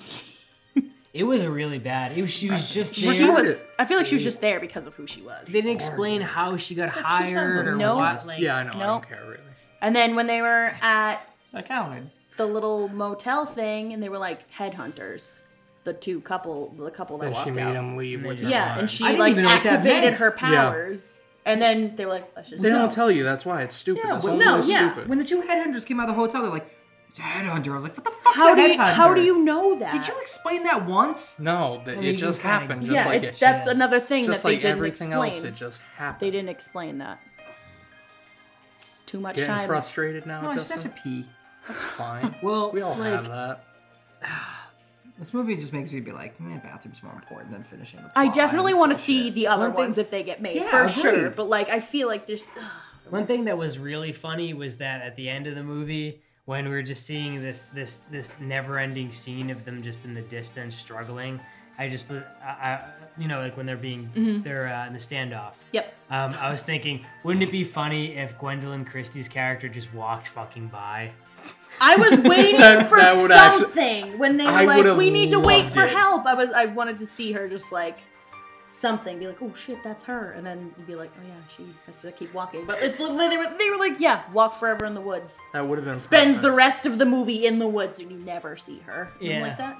A: It was really bad. It was, she was just
C: She
A: there.
C: was-
B: It's- I feel like she was just there because of who she was.
A: They didn't explain how she got
B: two times
A: hired
B: on
A: or
B: no-
A: what. Like,
C: yeah, I know. I
B: nope.
C: don't care really.
B: And then when they were at
D: I counted.
B: the little motel thing and they were like headhunters the two couple the couple that
C: And
B: walked
C: she made
B: out
C: him leave with her
B: yeah
C: mind.
B: and she
D: I didn't
B: like
D: even know what that
B: activated
D: meant.
B: her
C: Yeah.
B: powers and then they were like let's just
C: They
B: go.
C: don't tell you. That's why it's stupid.
D: Yeah,
C: This
D: well,
C: whole
B: no,
C: movie's
B: yeah.
C: stupid.
D: When the two headhunters came out of the hotel, they're like, it's a headhunter. I was like, what the fuck's
B: how
D: a
B: do you
D: headhunter?
B: how do you know that
D: Did you explain that once?
C: no, that
A: you
C: it just
A: can kinda-
C: happened. Just
B: yeah
C: like
B: it-
C: it,
B: that's
A: yes.
B: another thing
C: just
B: that they
C: like
B: didn't
C: everything
B: explain
C: else, it just happened.
B: they didn't explain that it's too much
C: Getting
B: time
C: frustrated now,
D: No, I just
C: Justin.
D: have to pee.
C: That's fine.
A: Well,
C: we all
A: like-
C: have that.
D: This movie just makes me be like, man, bathroom's more important than finishing the
B: I
D: plot
B: definitely
D: lines
B: want to
D: bullshit."
B: see the other
A: One thing-
B: ones if they get made
D: Yeah,
B: for sure
D: agreed.
B: but like I feel like there's
A: One thing that was really funny was that at the end of the movie, when we were just seeing this this this never-ending scene of them just in the distance struggling, I just I, I you know like when they're being they're uh, in the standoff.
B: yep
A: Um, I was thinking, wouldn't it be funny if Gwendolyn Christie's character just walked fucking by?
B: I was waiting
C: That-
B: for
C: that would actually-
B: something when they were
C: I
B: like,
C: would've
B: "We need to wait
C: loved
B: for
C: it.
B: help." I was, I wanted to see her just like something, be like, "Oh shit, that's her," and then you'd be like, "Oh yeah, she has to keep walking." But it's literally they were, they were like, "Yeah, walk forever in the woods."
C: That would have been
B: Spends the
C: perfect.
B: rest of the movie in the woods, and you never see her. You know,
A: Yeah.
B: like that.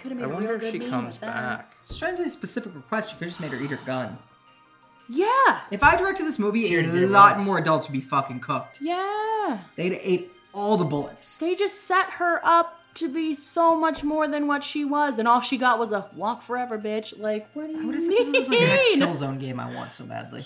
B: Could have made
C: I
B: a
C: wonder
B: real
C: if she
B: good meme
C: comes
B: with that.
C: back.
D: Strangely specific request, you could have just made her eat her gun.
B: Yeah.
D: If I directed this movie,
A: Cheated
D: a
A: it
D: lot
A: once.
D: more adults would be fucking cooked.
B: Yeah.
D: They'd ate all the bullets.
B: They just set her up to be so much more than what she was, and all she got was a walk forever, bitch. Like, what do you
D: What is
B: mean?
D: this? This is like the next kill zone game I want so badly.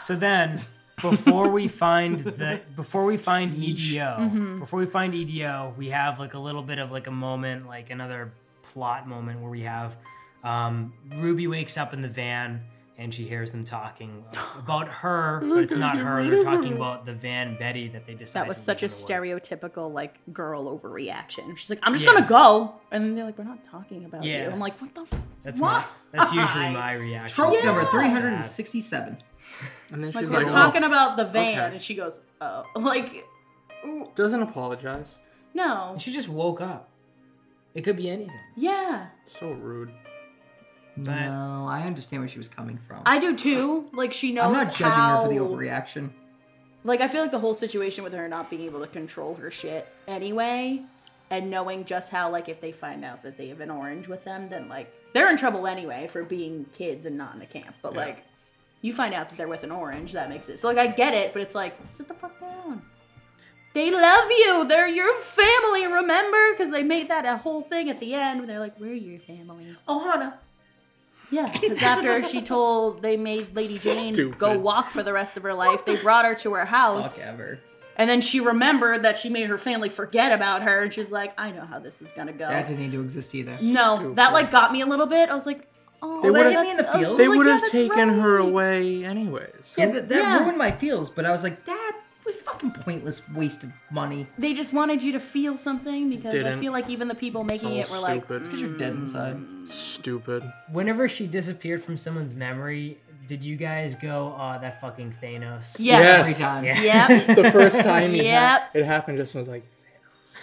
A: So then, before we find the before we find EDO,
B: Mm-hmm.
A: before we find EDO, we have like a little bit of like a moment, like another plot moment where we have um, Ruby wakes up in the van and she hears them talking about her, but it's not her. They're talking about the van Betty that they decided.
B: that was
A: to
B: such a
A: leave in the woods.
B: stereotypical like girl overreaction. She's like, I'm just
A: Yeah.
B: gonna go, and then they're like, we're not talking about
A: Yeah.
B: you. I'm like, what the? F-
A: That's
B: what?
A: my, that's usually my reaction.
D: Trope
A: to
D: number
A: that.
D: 367.
C: And then
B: Like
C: she's
B: we're
C: like,
B: talking
C: "Oh,
B: about the van,
C: Okay.
B: and she goes, oh, like,
C: doesn't apologize.
B: no,
A: She just woke up. It could be anything.
B: yeah,
C: So rude.
A: But-
D: No, I understand where she was coming from.
B: I do too. Like she knows.
D: I'm not judging
B: how,
D: her for the overreaction.
B: Like I feel like the whole situation with her not being able to control her shit anyway, and knowing just how like if they find out that they have an orange with them, then like they're in trouble anyway for being kids and not in a camp. But
C: Yeah.
B: like you find out that they're with an orange, that makes it so like I get it, but it's like sit the fuck down. They love you. They're your family. Remember, because they made that a whole thing at the end when they're like, "We're your family."
D: Oh, Hannah.
B: Yeah, because after she told they made Lady Jane go
C: Stupid.
B: walk for the rest of her life, they brought her to her house.
D: Fuck ever.
B: And then she remembered that she made her family forget about her, and she's like, I know how this is gonna go.
D: That didn't need to exist either.
B: no, that
C: Stupid.
B: like got me a little bit. I was like, oh,
C: They would've-
B: that's-
D: hit me in the
B: I was
D: feels.
C: They
B: like,
C: would
B: yeah,
C: have
B: that's
C: taken her
B: right.
C: away anyways.
D: Yeah, that, that
B: Yeah.
D: ruined my feels, but I was like, that was fucking pointless waste of money.
B: They just wanted you to feel something because I
C: Didn't.
B: feel like even the people making
C: So
B: it were like, "Mm."
C: stupid.
D: Because you're dead inside.
A: Mm.
C: Stupid.
A: Whenever she disappeared from someone's memory, did you guys go, "Oh, that fucking Thanos"?
B: yes,
D: Every time.
A: Yeah.
B: yep,
C: the first time it,
B: Yep.
C: hap- it happened, just was like,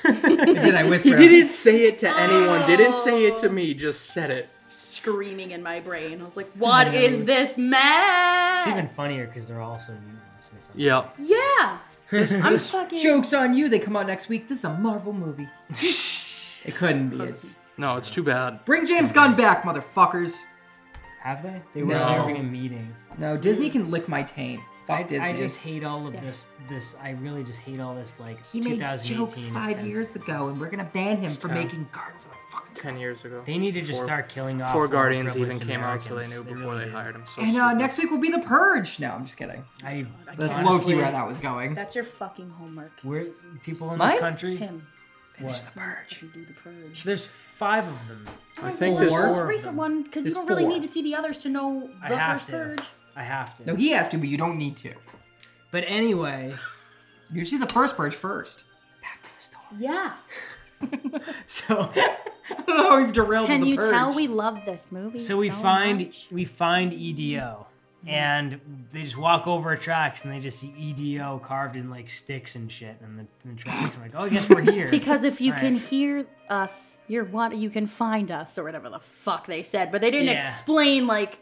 D: Did I whisper?
C: he
D: I was like,
C: didn't say it to anyone, didn't say it to me, just said it.
B: screaming in my brain. I was like, what is this mess?
A: It's even funnier because they're all so mutants. And stuff.
C: Yep.
B: Yeah, I'm fucking
D: Joke's on you. They come out next week. This is a Marvel movie. it couldn't be. It's...
C: No, it's too bad.
D: Bring James Gunn back, motherfuckers.
A: Have they? They were
D: No.
A: having a meeting.
D: No, Disney can lick my taint. Fuck
A: I,
D: Disney.
A: I just hate all of this. This I really just hate all this. Like
D: he made
A: 2018
D: jokes five
A: offense.
D: years ago, and we're gonna ban him for making Guardians of the fucking.
C: Ten years ago.
A: They need to just
C: Four-
A: start killing off.
C: Four
A: all the
C: Guardians even
A: privileged
C: came out, so they
A: Americans.
C: knew before
A: really
C: they
A: did.
C: hired him. So
D: And uh,
C: stupid.
D: next week will be the Purge. No, I'm just kidding.
A: I,
D: That's
A: honestly,
D: Loki where that was going.
B: That's your fucking homework.
A: We're people in
D: Mine?
A: this country.
B: Him.
A: What?
D: Purge.
B: You do the purge.
A: There's five of them.
C: I think
D: Lord.
C: there's
D: Four
B: Most
C: four.
B: recent one because you
D: There's
B: don't really
D: four.
B: need to see the others to know
A: I
B: the
A: have
B: first
A: to.
B: purge.
A: I have to.
D: No, he has to, but you don't need to.
A: But anyway,
D: You see the first Purge first. Back to the story.
B: Yeah.
A: so
D: I don't know how we've derailed
B: Can
D: the
B: you
D: Purge.
B: tell we love this movie?
A: so we find we find EDO, and they just walk over tracks and they just see EDO carved in like sticks and shit, and the, and the tracks are like, oh, I guess we're here.
B: because if you
A: Right.
B: can hear us, you're what you can find us or whatever the fuck they said, but they didn't
A: Yeah.
B: explain like.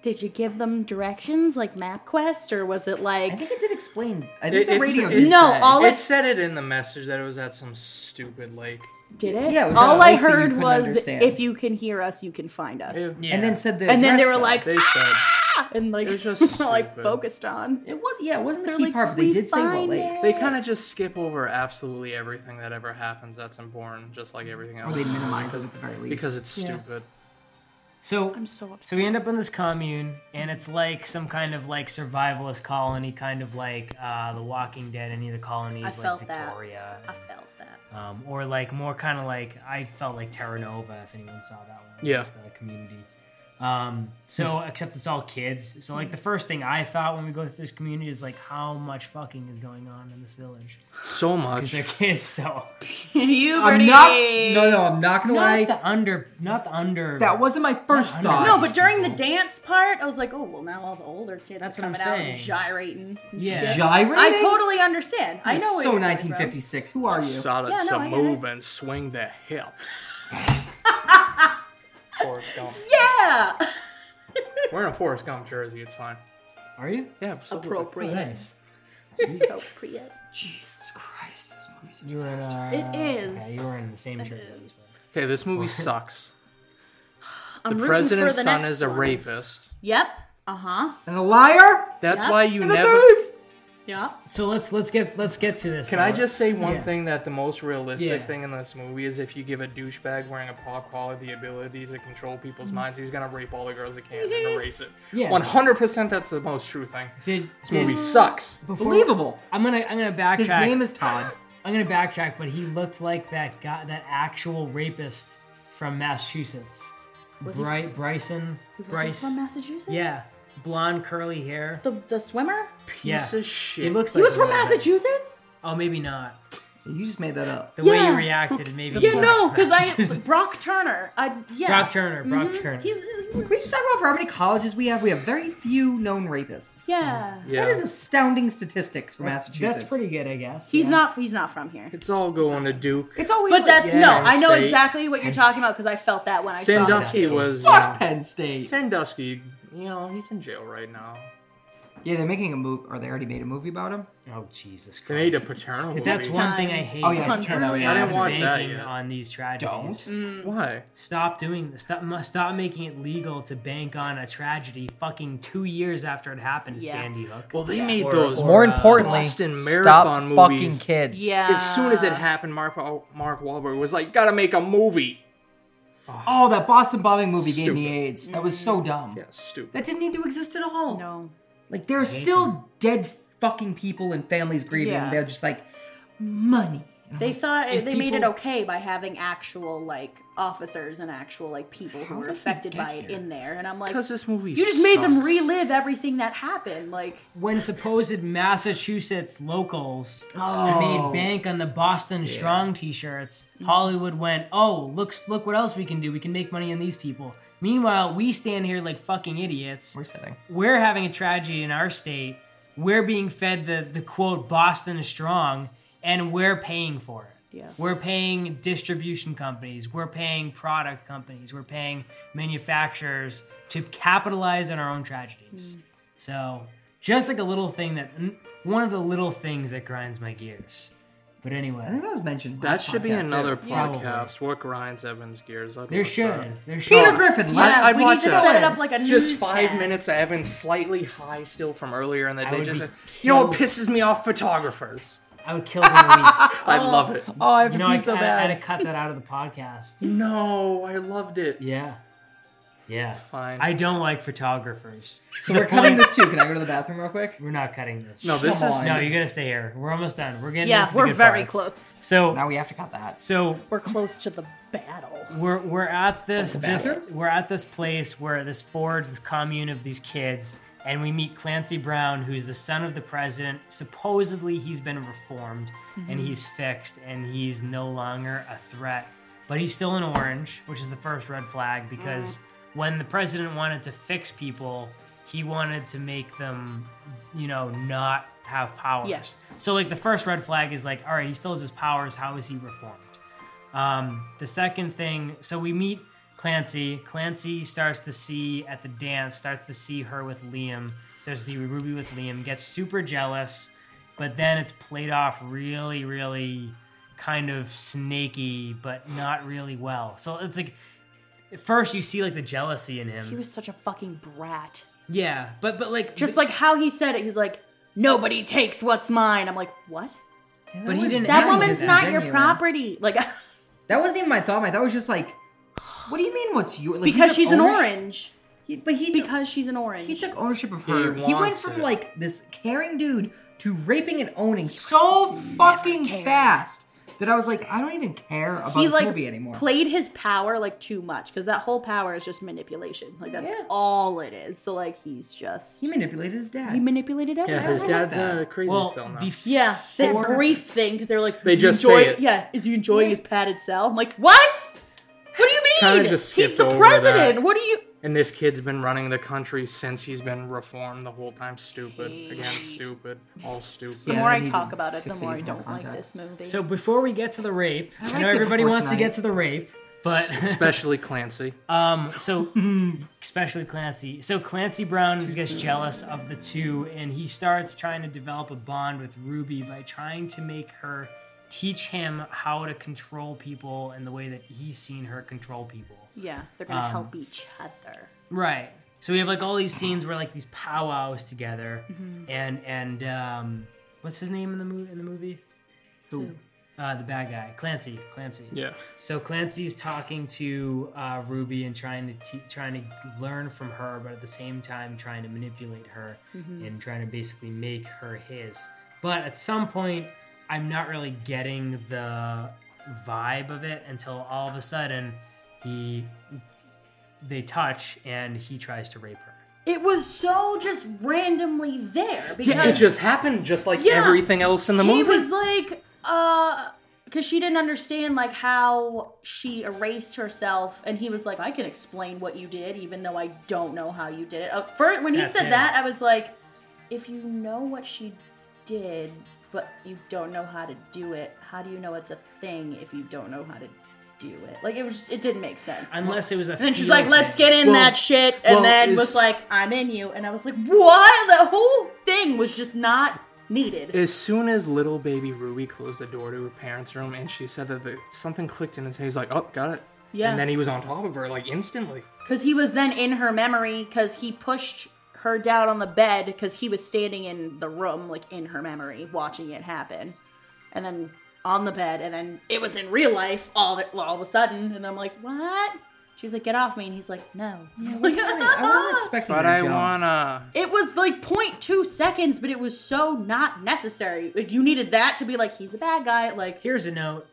B: Did you give them directions like MapQuest or was it
D: I
B: like?
D: think it did explain. I think
C: It,
D: the
C: it's-
D: radio
C: it's-
D: did
B: No,
D: say.
B: all-
C: it
B: it's-
C: said it in the message that it was at some stupid lake.
B: Did it?
D: Yeah, it was
B: All
D: that
B: I
D: link that you
B: heard
D: couldn't
B: was,
D: understand.
B: "If you can hear us, you can find us."
C: Ew.
A: Yeah.
D: And then said the.
B: And then they were
D: address, though.
B: like,
C: They said
B: and like
C: It was just
B: that's all I
C: stupid.
B: focused on.
D: It was yeah, it wasn't the
B: They're
D: key
B: like,
D: part, but they
B: "We
D: did say what
B: find
D: lake.
B: it."
C: they kind of just skip over absolutely everything that ever happens that's important, just like everything else.
D: Or they minimize it at the very least.
C: because it's
A: Yeah.
C: stupid.
A: so
B: I'm so upset.
A: So we end up in this commune, and it's like some kind of like survivalist colony, kind of like uh, The Walking Dead, any of the colonies
B: I
A: like
B: felt that.
A: Victoria,
B: I felt that.
A: um, or like more kind of like I felt like Terra Nova, if anyone saw that one.
C: Yeah. Hmm.
A: the community. Um, so except it's all kids. So like the first thing I thought when we go through this community is like how much fucking is going on in this village
C: So
A: because
C: much.
A: they're kids. So
D: I'm
B: Puberty.
D: not. No, no, I'm not gonna
A: not
D: lie.
A: the under, not the under.
D: That wasn't my first
A: Not
D: thought.
A: under-
B: No, but during the dance part, I was like, oh well, now all the older kids
A: That's
B: are
A: what I'm
B: coming out and
A: saying.
B: gyrating. and
A: Yeah.
B: shit.
D: gyrating.
B: I totally understand. I
D: It's
B: know. where
D: So
B: you're coming from.
D: 1956. Who are you?
C: Solid
B: Yeah,
C: to
B: no, I get
C: move and swing the hips. Forrest Gump.
B: Yeah.
C: We're in a Forrest Gump jersey. It's fine.
A: Are you?
C: Yeah, absolutely.
A: Oh,
B: Appropriate.
A: nice.
B: Appropriate.
D: Jesus Christ, this movie's a
A: You were in,
D: disaster.
A: uh,
B: It is.
A: okay, you were in the same church. as us,
C: Okay, this movie sucks.
B: I'm
C: the
B: rooting
C: president's
B: for the
C: son
B: next
C: is a
B: ones.
C: rapist.
B: Yep. Uh huh.
D: And a liar?
C: That's
B: Yeah.
C: why you
D: And a
C: never.
D: thief!
B: Yeah.
A: So let's let's get let's get to this.
C: Can
A: now.
C: I just say one
A: Yeah.
C: thing that the most realistic
A: Yeah.
C: thing in this movie is if you give a douchebag wearing a paw collar the ability to control people's minds, he's gonna rape all the girls he can and erase it.
A: Yeah.
C: One hundred percent. That's the most true thing.
A: did,
C: This
A: did
C: movie sucks.
A: before-
D: Believable.
A: I'm gonna I'm gonna backtrack.
D: His name is Todd.
A: I'm gonna backtrack, but he looked like that guy, that actual rapist from Massachusetts,
B: he-
A: Bry- Bryson.
B: Was
A: Bryce.
B: he from Massachusetts?
A: yeah, blonde curly hair.
B: The the swimmer.
C: Piece
A: Yeah.
C: of shit.
A: He looks
B: He
A: like
B: was
A: a
B: from
A: little bit.
B: Massachusetts.
A: Oh, maybe not.
D: You just made that up.
A: The way
B: Yeah.
A: you reacted, maybe.
B: Yeah, no, because I
A: Massachusetts.
B: Brock Turner. I yeah. Mm-hmm.
A: Brock Turner. Brock Turner.
B: He's
D: Can we just talk about for how many colleges we have? We have very few known rapists.
B: yeah.
C: Yeah.
D: That is astounding statistics for Massachusetts.
A: That's pretty good, I guess.
B: He's
A: yeah.
B: not. He's not from here.
C: It's all going to Duke.
D: It's always
B: But
D: like,
B: that
D: yeah,
B: no, I know
C: State.
B: exactly what you're talking about because I felt that when I saw
C: Sandusky
B: it.
C: was. You know,
D: Fuck Penn State.
C: Sandusky, you know, he's in jail right now.
D: Yeah, they're making a movie, or they already made a movie about him.
A: Oh Jesus
C: They made a
A: Christ!
C: paternal movie.
A: If that's one thing I
B: Time.
A: hate.
D: Oh, yeah,
A: about
B: Paternal,
A: is
B: yeah. I didn't
C: watch that
A: banking
C: yet.
A: on these tragedies.
D: Don't.
C: Why?
A: Stop doing this. Stop, mu- stop making it legal to bank on a tragedy fucking two years after it happened to
B: Yeah.
A: Sandy Hook.
C: Well, they made
A: Or-
C: those.
A: or,
C: More
A: uh,
C: importantly, Boston stop marathon fucking movies.
D: kids.
B: Yeah.
C: as soon as it happened, Mark Mark Wahlberg was like, "Gotta make a movie."
D: Oh, that Boston bombing movie gave me
C: Stupid.
D: AIDS. That was so dumb.
C: Yeah, stupid.
D: That didn't need to exist at all.
B: Mm-hmm. No.
D: Like there are still dead fucking people and families grieving.
B: Yeah.
D: They're just like money.
B: They thought
A: If
B: it, they made it
A: people-
B: okay by having actual like officers and actual like people who were
D: did we
B: affected
D: get
B: by it
D: here?
B: in there, and I'm like,
C: Because this movie.
B: you just made them
C: sucks.
B: relive everything that happened. Like,
A: when supposed Massachusetts locals
D: Oh.
A: made bank on the Boston Strong T-shirts, Hollywood went, "Oh, looks look what else we can do. We can make money on these people." Meanwhile, we stand here like fucking idiots.
D: We're sitting.
A: We're having a tragedy in our state. We're being fed the the quote Boston Strong, and we're paying for it.
B: Yeah.
A: We're paying distribution companies. We're paying product companies. We're paying manufacturers to capitalize on our own tragedies.
D: Hmm.
A: So, just like a little thing that, n- one of the little things that grinds my gears. But
D: I think
A: anyway,
D: that was mentioned.
C: That
D: last
C: should be
D: podcast, too.
C: another
A: Probably.
C: podcast. What grinds Evans gears? I'd
A: there
C: watch
A: should.
C: that.
A: There should.
D: Peter Griffin.
B: yeah,
D: Yeah.
C: I'd
B: we
C: watch
B: need to
C: that.
B: set it up like a
C: Just five
B: newscast.
C: minutes of Evans slightly high still from earlier, and then
A: I
C: they
A: would
C: just.
A: be
C: You know what
A: killed.
C: pisses me off? Photographers.
A: I would kill them. a week.
C: I love it.
D: Oh, I have
A: You
D: to
A: know,
D: pee
A: I,
D: so
A: I- I
D: bad.
A: had to cut that out of the podcast.
C: No, I loved it.
A: Yeah. Yeah.
C: Fine.
A: I don't like photographers.
D: so we're cutting this too. Can I go to the bathroom real quick?
A: We're not cutting this.
C: No, this
D: Come
C: is.
D: on.
A: No, you're gonna stay here. We're almost done. We're getting.
B: Yeah,
A: into the
B: we're
A: good
B: very
A: parts.
B: close.
A: So,
D: Now we have to cut that.
A: so
B: We're close to the battle.
A: we're we're at this this
D: bathroom?
A: we're at this place where this forge, this commune of these kids, and we meet Clancy Brown, who's the son of the president. Supposedly, he's been reformed and he's fixed, and he's no longer a threat. But he's still in orange, which is the first red flag because when the president wanted to fix people, he wanted to make them, you know, not have powers.
B: Yeah.
A: So like the first red flag is like, all right, he still has his powers. How is he reformed? Um, the second thing, so we meet Clancy. Clancy starts to see at the dance, starts to see her with Liam, starts to see Ruby with Liam, gets super jealous, but then it's played off really, really kind of snaky, but not really well. So it's like at first you see like the jealousy in
B: He
A: him.
B: was such a fucking brat.
A: Yeah, but but like
B: Just like how he said it, he's like, "Nobody takes what's mine." I'm like, "What?
A: but he didn't
B: That
A: really
B: woman's
A: do that.
B: not your
D: Genuine.
B: property." Like,
D: That wasn't even my thought. My thought was just like, what do you mean? What's your? Like, he
B: because
D: took
B: she's an
D: ownership-
B: orange.
D: He- but he took-
B: Because she's an orange.
D: he took ownership of her. He, went
C: wants
D: from
C: it.
D: like this caring dude to raping and owning so fucking
B: cared.
D: fast that I was like, I don't even care about
B: he
D: this
B: like
D: movie anymore.
B: played his power like too much because that whole power is just manipulation. Like that's
D: Yeah.
B: all it is. So like he's just
D: he manipulated his dad.
B: he manipulated
C: Yeah,
B: everything.
C: his
D: don't like
C: dad's uh, crazy
A: well
C: cell now.
A: bef-
B: Yeah, that
D: Or-
B: brief thing because they're like
C: They
B: "You
C: just
B: enjoy-
C: say it.
B: Yeah, is you enjoying his padded cell? I'm like, what? What do you mean?
C: Kinda just
B: He's
C: skipped
B: the
C: over that.
B: president. What do you?
C: And this kid's been running the country since he's been reformed the whole time. Stupid. Again, stupid. All stupid.
B: The
D: Yeah,
B: more
D: they
B: I
D: needed
B: talk about it, the
D: 60s
B: more I
D: more
B: don't like this
D: context.
B: movie.
A: So before we get to the rape, I,
D: liked
A: know
D: it
A: everybody
D: before
A: wants to
D: tonight.
A: get to the rape, but
C: Especially Clancy.
A: um, so especially Clancy. So Clancy Brown gets jealous of the two, and he starts trying to develop a bond with Ruby by trying to make her teach him how to control people in the way that he's seen her control people.
B: Yeah, they're gonna
D: um,
B: help each other.
A: Right. So we have like all these scenes where like these powwows together,
D: Mm-hmm.
A: and and um, what's his name in the movie? In the movie,
D: Who?
A: uh, the bad guy, Clancy. Clancy.
C: Yeah.
A: So Clancy's talking to uh, Ruby and trying to te- trying to learn from her, but at the same time trying to manipulate her
B: Mm-hmm.
A: and trying to basically make her his. But at some point, I'm not really getting the vibe of it until all of a sudden he they touch and he tries to rape her.
B: It was so just randomly there because
C: It just happened just like
B: Yeah.
C: everything else in the
B: he
C: movie.
B: was like, uh, because she didn't understand like how she erased herself, and he was like, I can explain what you did, even though I don't know how you did it. Uh, first, when he
A: That's
B: said
A: him.
B: that, I was like, if you know what she did, but you don't know how to do it, how do you know it's a thing if you don't know how to do it? Like it was, it didn't make sense.
A: Unless it was a.
B: And then she's like, "Let's get in
C: Well-
B: that shit," and
C: well,
B: then
C: is-
B: was like, "I'm in you," and I was like, "What?" The whole thing was just not needed.
C: as soon as little baby Ruby closed the door to her parents' room and she said that the, something clicked in his head, he's like, oh, got it.
B: Yeah.
C: And then he was on top of her like instantly.
B: Because he was then in her memory because he pushed her down on the bed because he was standing in the room, like in her memory, watching it happen. And then on the bed, and then it was in real life all, all of a sudden. And I'm like, what? She's like, get off me. And he's like, no.
D: I wasn't expecting
C: But
D: that.
C: I
D: Joe.
C: wanna.
B: it was like 0.2 seconds, but it was so not necessary. Like, you needed that to be like, he's a bad guy. Like,
A: Here's a note.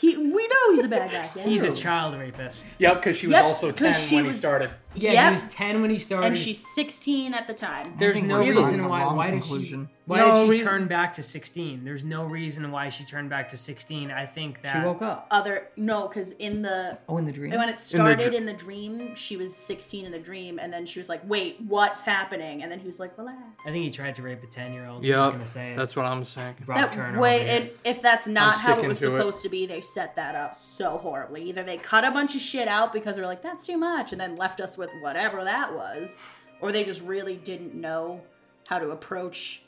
B: he, we know he's a bad guy. Yeah.
A: He's a child rapist.
C: Yep, because she was
B: Yep,
C: also
B: 'cause
C: 10
B: she
C: when
B: was-
C: he started.
A: Yeah,
B: Yep.
A: he was ten when he started.
B: And she's 16 at the time.
A: There's
D: think
A: no
D: we're drawing
A: reason
D: the
A: why.
D: wrong
A: Why did she?
D: conclusion.
A: Why
C: No
A: did she
C: reason.
A: turn back to 16? There's no reason why she turned back to 16. I think that
D: She woke up.
B: Other, no, because in the
D: Oh, in the dream.
B: Uh, And when it
C: In the
B: started
C: dr-
B: in the, dream, she was 16 in the dream, and then she was like, wait, what's happening? And then he was like, relax.
A: I think he tried to rape a 10 year old. I'm just
C: Yep.
A: gonna say it.
C: That's what I'm saying.
A: Brock
B: That
A: Turner
B: way,
A: over
B: and
A: here.
B: if that's not how it
C: sticking
B: was
C: to it.
B: supposed to be, they set that up so horribly. Either they cut a bunch of shit out because they're like, that's too much, and then left us with whatever that was, or they just really didn't know how to approach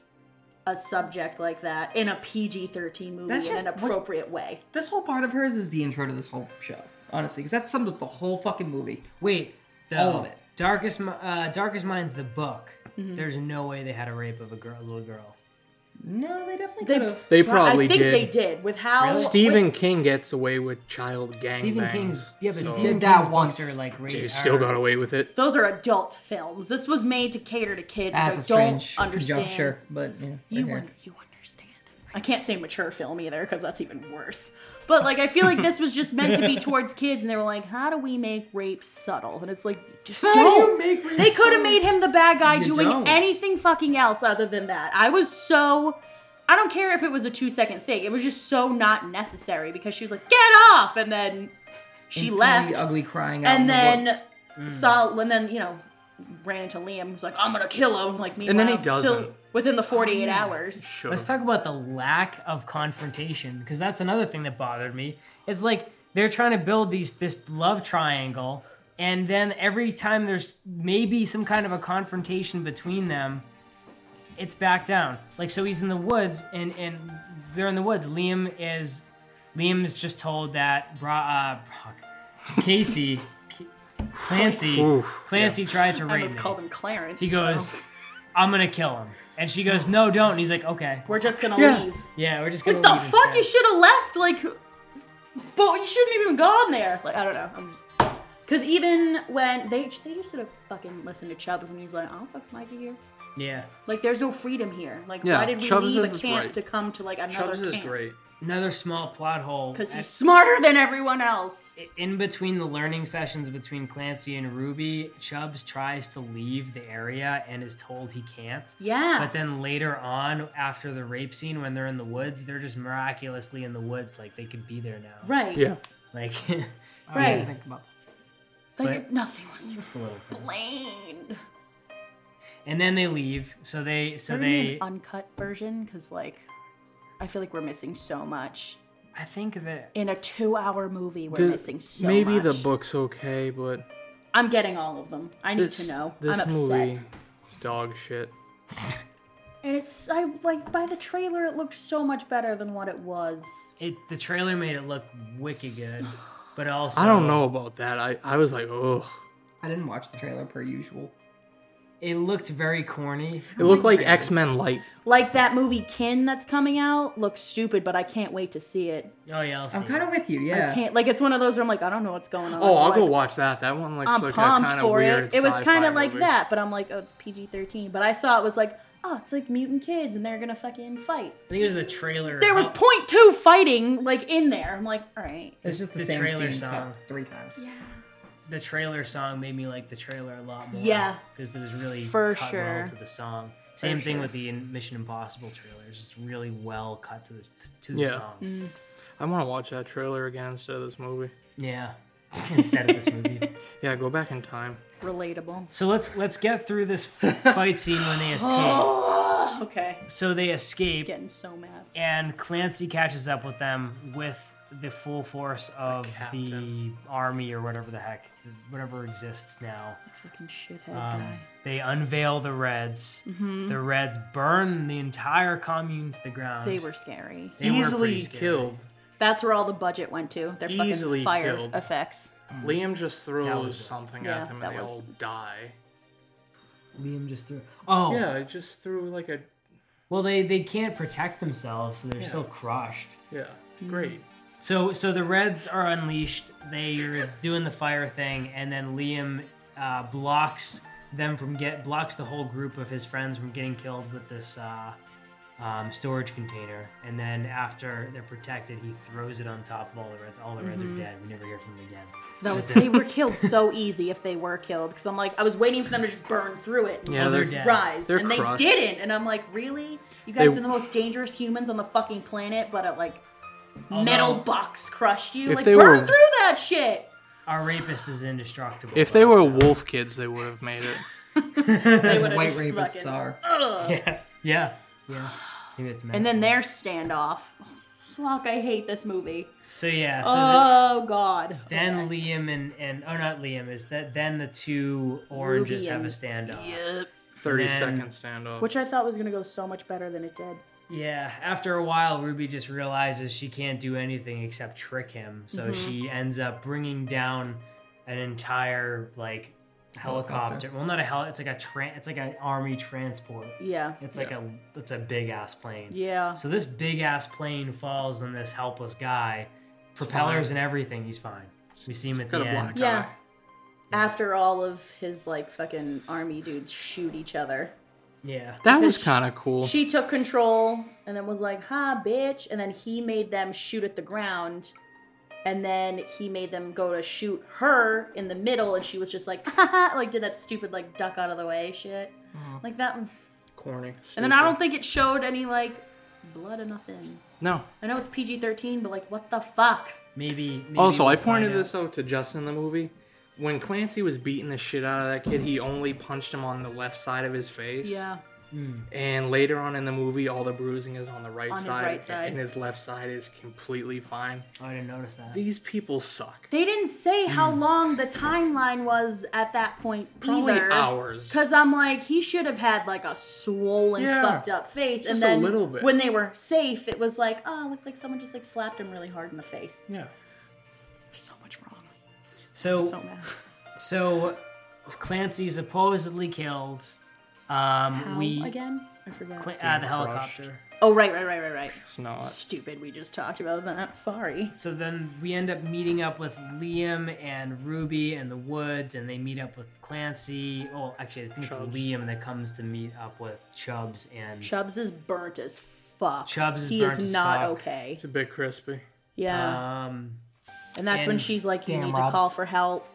B: a subject like that in a PG 13 movie
D: That's
B: in
D: just-
B: an appropriate way.
D: this whole part of hers is the intro to this whole show, honestly, because that sums up the whole fucking movie.
A: Wait, the
D: All of it. Mm-hmm.
A: Darkest, Mi- uh, Darkest Mind's the book. There's no way they had a rape of a girl, a little girl.
D: No, they definitely
B: They-
D: could have.
C: They
B: Well,
C: probably
B: I think
C: did.
B: they did with how
A: Really?
C: Stephen
B: with-
C: King gets away with child gang
A: Stephen
C: bangs,
A: King's, yeah, but
C: so-
A: Stephen King's
D: Did that
A: books
D: once.
A: are like rape.
C: He still got away with it.
B: Those are adult films. This was made to cater to kids.
D: That's
B: I
D: a strange
B: don't understand.
D: conjecture, but yeah, right
B: You,
D: there.
B: un- you understand. I can't say mature film either because that's even worse. But like, I feel like this was just meant to be towards kids, and they were like, "How do we make rape subtle?" And it's like, just
D: How do
B: don't.
D: you make rape
B: they could have made him the bad guy
D: You
B: doing
D: don't.
B: anything fucking else other than that. I was so. I don't care if it was a two second thing. It was just so not necessary because she was like, "Get off!" and then she
D: Instantly
B: left
D: Ugly crying out. in
B: and
D: the
B: then
D: woods.
C: Mm.
B: saw and then you know ran into Liam who's like I'm gonna kill him like meanwhile
C: then he
B: still
C: doesn't. Oh,
B: within the 48 hours
C: Sure.
A: Let's talk about the lack of confrontation because that's another thing that bothered me. It's like they're trying to build these this love triangle, and then every time there's maybe some kind of a confrontation between them, it's back down. Like so, he's in the woods, and and they're in the woods. Liam is Liam is just told that Bra, uh, Brock, Casey. Clancy,
C: Oof,
A: Clancy tried to
B: I
A: rape
B: just
A: me.
B: called him Clarence
A: He goes, "I'm gonna kill him," and she goes, "No, don't." And he's like, "Okay."
B: we're just gonna
C: Yeah.
B: leave
A: Yeah, we're just gonna
B: like the
A: leave
B: fuck you
A: instead.
B: should have left like but you shouldn't have even gone there like I don't know I'm just because even when they they just should have fucking listened to Chubbs when he was like I'll fuck Mikey here
A: Yeah.
B: like there's no freedom here like
C: Yeah,
B: why did we
C: Chubbs
B: leave a
C: is
B: camp
C: right.
B: to come to like another
C: Chubbs is
B: camp
C: great.
A: Another small plot hole.
B: because
A: at-
B: he's smarter than everyone else
A: in between the learning sessions between Clancy and Ruby, Chubbs tries to leave the area and is told he can't.
B: yeah
A: But then later on, after the rape scene, when they're in the woods, they're just miraculously in the woods, like they could be there now.
B: right
C: Yeah.
A: Like,
D: I didn't
B: Right.
D: think about
B: Like
A: But-
B: it- nothing was
A: just a little thing.
B: explained.
A: and then they leave. So they, so
B: There would be
A: they,
B: an uncut version because, like, I feel like we're missing so much
A: I think that
B: in a two-hour movie. We're
C: The-
B: missing so
C: maybe
B: much.
C: the book's okay, but
B: I'm getting all of them. I need
C: this,
B: to know.
C: this
B: I'm upset.
C: movie is dog shit.
B: And it's I like by the trailer it looked so much better than what it was.
A: It the trailer made it look wicked good, but also
C: I don't know about that. I, I was like, oh.
D: I didn't watch the trailer per usual.
A: It looked very corny.
C: It looked like X Men Light.
B: Like that movie Kin that's coming out looks stupid, but I can't wait to see it.
A: Oh yeah, I'll see.
D: I'm kind of with you,
B: I
D: yeah.
B: can't like it's one of those where I'm like I don't know what's going on.
C: Oh, I'll
B: like,
C: go watch that. That one looks
B: I'm
C: like a
B: pumped
C: kind of
B: for
C: weird.
B: it. It was
C: kind
B: kinda
C: of
B: like that, but I'm like oh it's PG-13. But I saw it was like oh it's like mutant kids and they're gonna fucking fight.
A: I think it was the trailer.
B: There
C: Uh-huh.
B: was point two fighting like in there. I'm like all right.
D: It's just the,
A: The
D: same
A: trailer
D: scene
A: song.
D: cut three times.
A: the trailer song made me like the trailer a lot more.
B: Yeah.
A: because it was really
B: For
A: cut
B: sure.
A: well to the song. Same thing
B: sure.
A: with the in- Mission Impossible trailer. It's just really well cut to the to the
C: Yeah.
A: song.
B: Mm.
C: I want to watch that trailer again instead of this movie.
A: Yeah, instead of this movie.
C: Yeah, go back in time.
B: Relatable.
A: So let's let's get through this fight scene when they escape.
B: Oh, okay.
A: So they escape,
B: Getting so mad.
A: and Clancy catches up with them with the full force of the,
C: captain.
A: army or whatever the heck, whatever exists now.
B: Fucking shithead
A: Um,
B: guy.
A: They unveil the Reds. The Reds burn the entire commune to the ground.
B: They were scary.
A: They were
C: Easily
A: pretty scary.
C: killed.
B: That's where all the budget went to. Their
C: Easily
B: fucking fire
C: killed.
B: effects.
C: Liam just throws
A: was-
C: Mm. something
B: Yeah,
C: at them
B: that
C: and they
B: was-
C: all die.
A: Liam just threw. Oh,
C: Yeah, I just threw like a
A: well they they can't protect themselves, so they're still crushed.
C: yeah.
B: Mm.
C: Great.
A: So so the Reds are unleashed. They're doing the fire thing, and then Liam uh, blocks them from get blocks the whole group of his friends from getting killed with this uh, um, storage container. And then after they're protected, he throws it on top of all the Reds. All the Reds are dead. We never hear from them again.
B: That was they were killed so easy if they were killed because I'm like I was waiting for them to just burn through it. And
C: Yeah,
A: they're
C: they're,
A: dead.
B: Rise
C: They're
B: and they
C: crushed.
B: didn't, and I'm like, really? You guys
C: They-
B: are the most dangerous humans on the fucking planet, but it like metal box crushed you.
C: If
B: Like
C: they
B: burn
C: were-
B: through that shit.
A: Our rapist is indestructible.
C: If they were
A: folks.
C: wolf kids, they would have made it.
B: They
D: As
B: would've
D: white
B: just
D: rapists
B: fucking-
D: are.
B: Ugh.
A: yeah, yeah, yeah. Maybe it's
B: And then their standoff. Fuck, I hate this movie.
A: so yeah. So the-
B: oh god.
A: then
B: Okay.
A: Liam and and oh not Liam is that then the two oranges
B: Ruby
A: have a
B: and-
A: standoff.
B: Yep.
C: Thirty
A: Then-
C: second standoff.
B: Which I thought was gonna go so much better than it did.
A: Yeah, after a while, Ruby just realizes she can't do anything except trick him. So
B: Mm-hmm.
A: she ends up bringing down an entire like helicopter.
D: Helicopter.
A: Well, not a heli. It's like a tra- It's like an army transport.
B: Yeah.
A: It's like a. It's a big ass plane.
B: Yeah.
A: So this big ass plane falls on this helpless guy, propellers and everything. He's fine. We see him at
C: got
A: the
C: a
A: end.
C: black
B: Yeah.
C: eye.
B: After all of his like fucking army dudes shoot each other,
A: Yeah.
C: That was
B: Because
C: kind of cool.
B: she took control and then was like, "Ha, bitch!" And then he made them shoot at the ground, and then he made them go to shoot her in the middle, and she was just like, "Ha ha," like did that stupid like duck out of the way shit, like that. And
C: Corny.
B: then I don't think it showed any like blood or nothing.
C: No.
B: I know it's PG thirteen, but like, what the fuck?
A: Maybe. maybe
C: Also,
A: we'll
C: I pointed
A: find out.
C: this out to Justin in the movie. When Clancy was beating the shit out of that kid, he only punched him on the left side of his face.
B: Yeah.
C: And later on in the movie, all the bruising is on the right
B: On his
C: side,
B: right side.
C: and his left side is completely fine.
A: Oh, I didn't notice that.
C: These people suck.
B: They didn't say how long the timeline was at that point
C: Probably
B: either.
C: hours.
B: Cause I'm like, he should have had like a swollen,
C: Yeah.
B: fucked up face, and
C: Just a
B: then
C: little bit.
B: when they were safe, it was like, oh, looks like someone just like slapped him really hard in the face.
C: Yeah.
B: There's so much wrong.
A: So
B: So mad.
A: So Clancy supposedly killed. Um,
B: How
A: we
B: again? I forgot.
A: Cl- uh, the
C: Being
A: helicopter.
C: crushed.
B: oh right, right, right, right, right.
C: It's not.
B: Stupid. We just talked about that. Sorry.
A: So then we end up meeting up with Liam and Ruby and the woods, and they meet up with Clancy. Oh, actually, I think
C: Chubbs.
A: it's Liam that comes to meet up with Chubbs and.
B: Chubbs is burnt as fuck.
A: Chubbs is
B: he
A: burnt
B: is
A: as
B: not
A: fuck.
B: okay.
C: It's a bit crispy.
B: Yeah,
A: Um,
B: and that's when
A: and-
B: she's like, you
D: Damn,
B: need to
D: Rob.
B: call for help.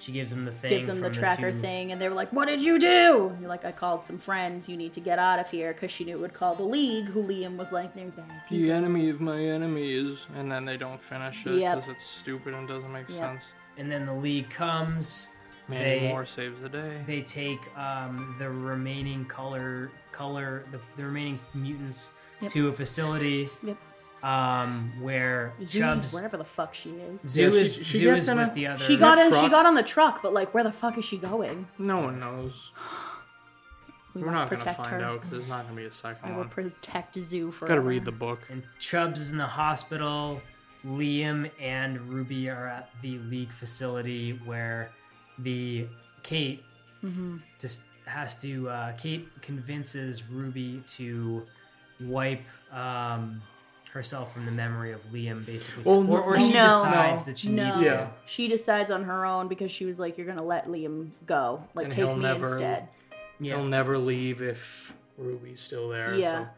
A: she gives him the thing.
B: gives them
A: from
B: the tracker
A: two-
B: thing, and they were like, "What did you do?" And you're like, "I called some friends. You need to get out of here," because she knew it would call the league. Who Liam was like, "They're bad people."
C: The enemy of my enemies, and then they don't finish it
B: Yep.
C: because it's stupid and doesn't make sense.
A: And then the league comes.
C: Mandy
A: They-
C: Moore saves the day.
A: They take um, the remaining color, color, the, the remaining mutants to a facility
B: Yep.
A: um, where
B: Zoom's
A: Chubbs.
B: wherever the fuck she is.
A: Zoo
C: Yeah, she-
A: is
C: she
A: Zoo
C: gets
A: is
C: in
A: with
C: a-
A: the other.
B: She got in. She
C: truck.
B: got on the truck, but like, where the fuck is she going?
C: no one knows.
B: We
C: We're
B: must
C: not gonna
B: protect
C: find
B: her.
C: out because there's not gonna be a
B: I
C: second
B: will
C: one.
B: protect Zoo for.
C: Gotta read the book.
A: And Chubbs is in the hospital. Liam and Ruby are at the League facility where the Kate just has to. Uh, Kate convinces Ruby to wipe um, herself from the memory of Liam, basically,
C: Well,
A: or, or she
B: no.
A: decides that she
B: No.
A: needs
C: Yeah.
A: to.
B: She decides on her own because she was like, "You're gonna let Liam go. Like,
C: And
B: take
C: he'll
B: me
C: never-
B: instead."
A: Yeah,
C: He'll never leave if Ruby's still there.
B: Yeah.
C: So.
B: And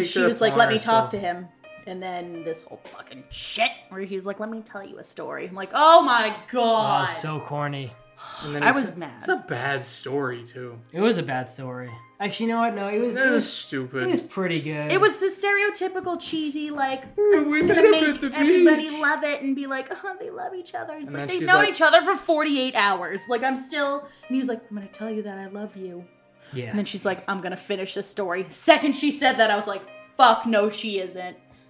C: takes
B: she
C: it
B: was like,
C: upon
B: "Let me talk
C: herself-
B: to him." And then this whole fucking shit, where he's like, "Let me tell you a story." I'm like, "Oh my
C: Ah,
B: god!"
A: Oh, so corny.
C: And then
B: I
C: it's-
B: was mad.
C: It's a bad story too.
A: It was a bad story. Actually, you know what? No, it was.
C: That
A: It
C: is
A: was, it
C: stupid.
A: was pretty good.
B: It was the stereotypical cheesy, like,
C: we
B: gonna
C: met up
B: make
C: at the
B: everybody
C: beach.
B: love it and be like, oh, they love each other. It's
C: And
B: like
C: then
B: they've
C: she's
B: known
C: like-
B: each other for 48 hours. Like, I'm still. And he's like, I'm gonna tell you that I love you.
A: Yeah.
B: And then she's like, I'm gonna finish this story. Second she said that, I was like, fuck, no, she isn't.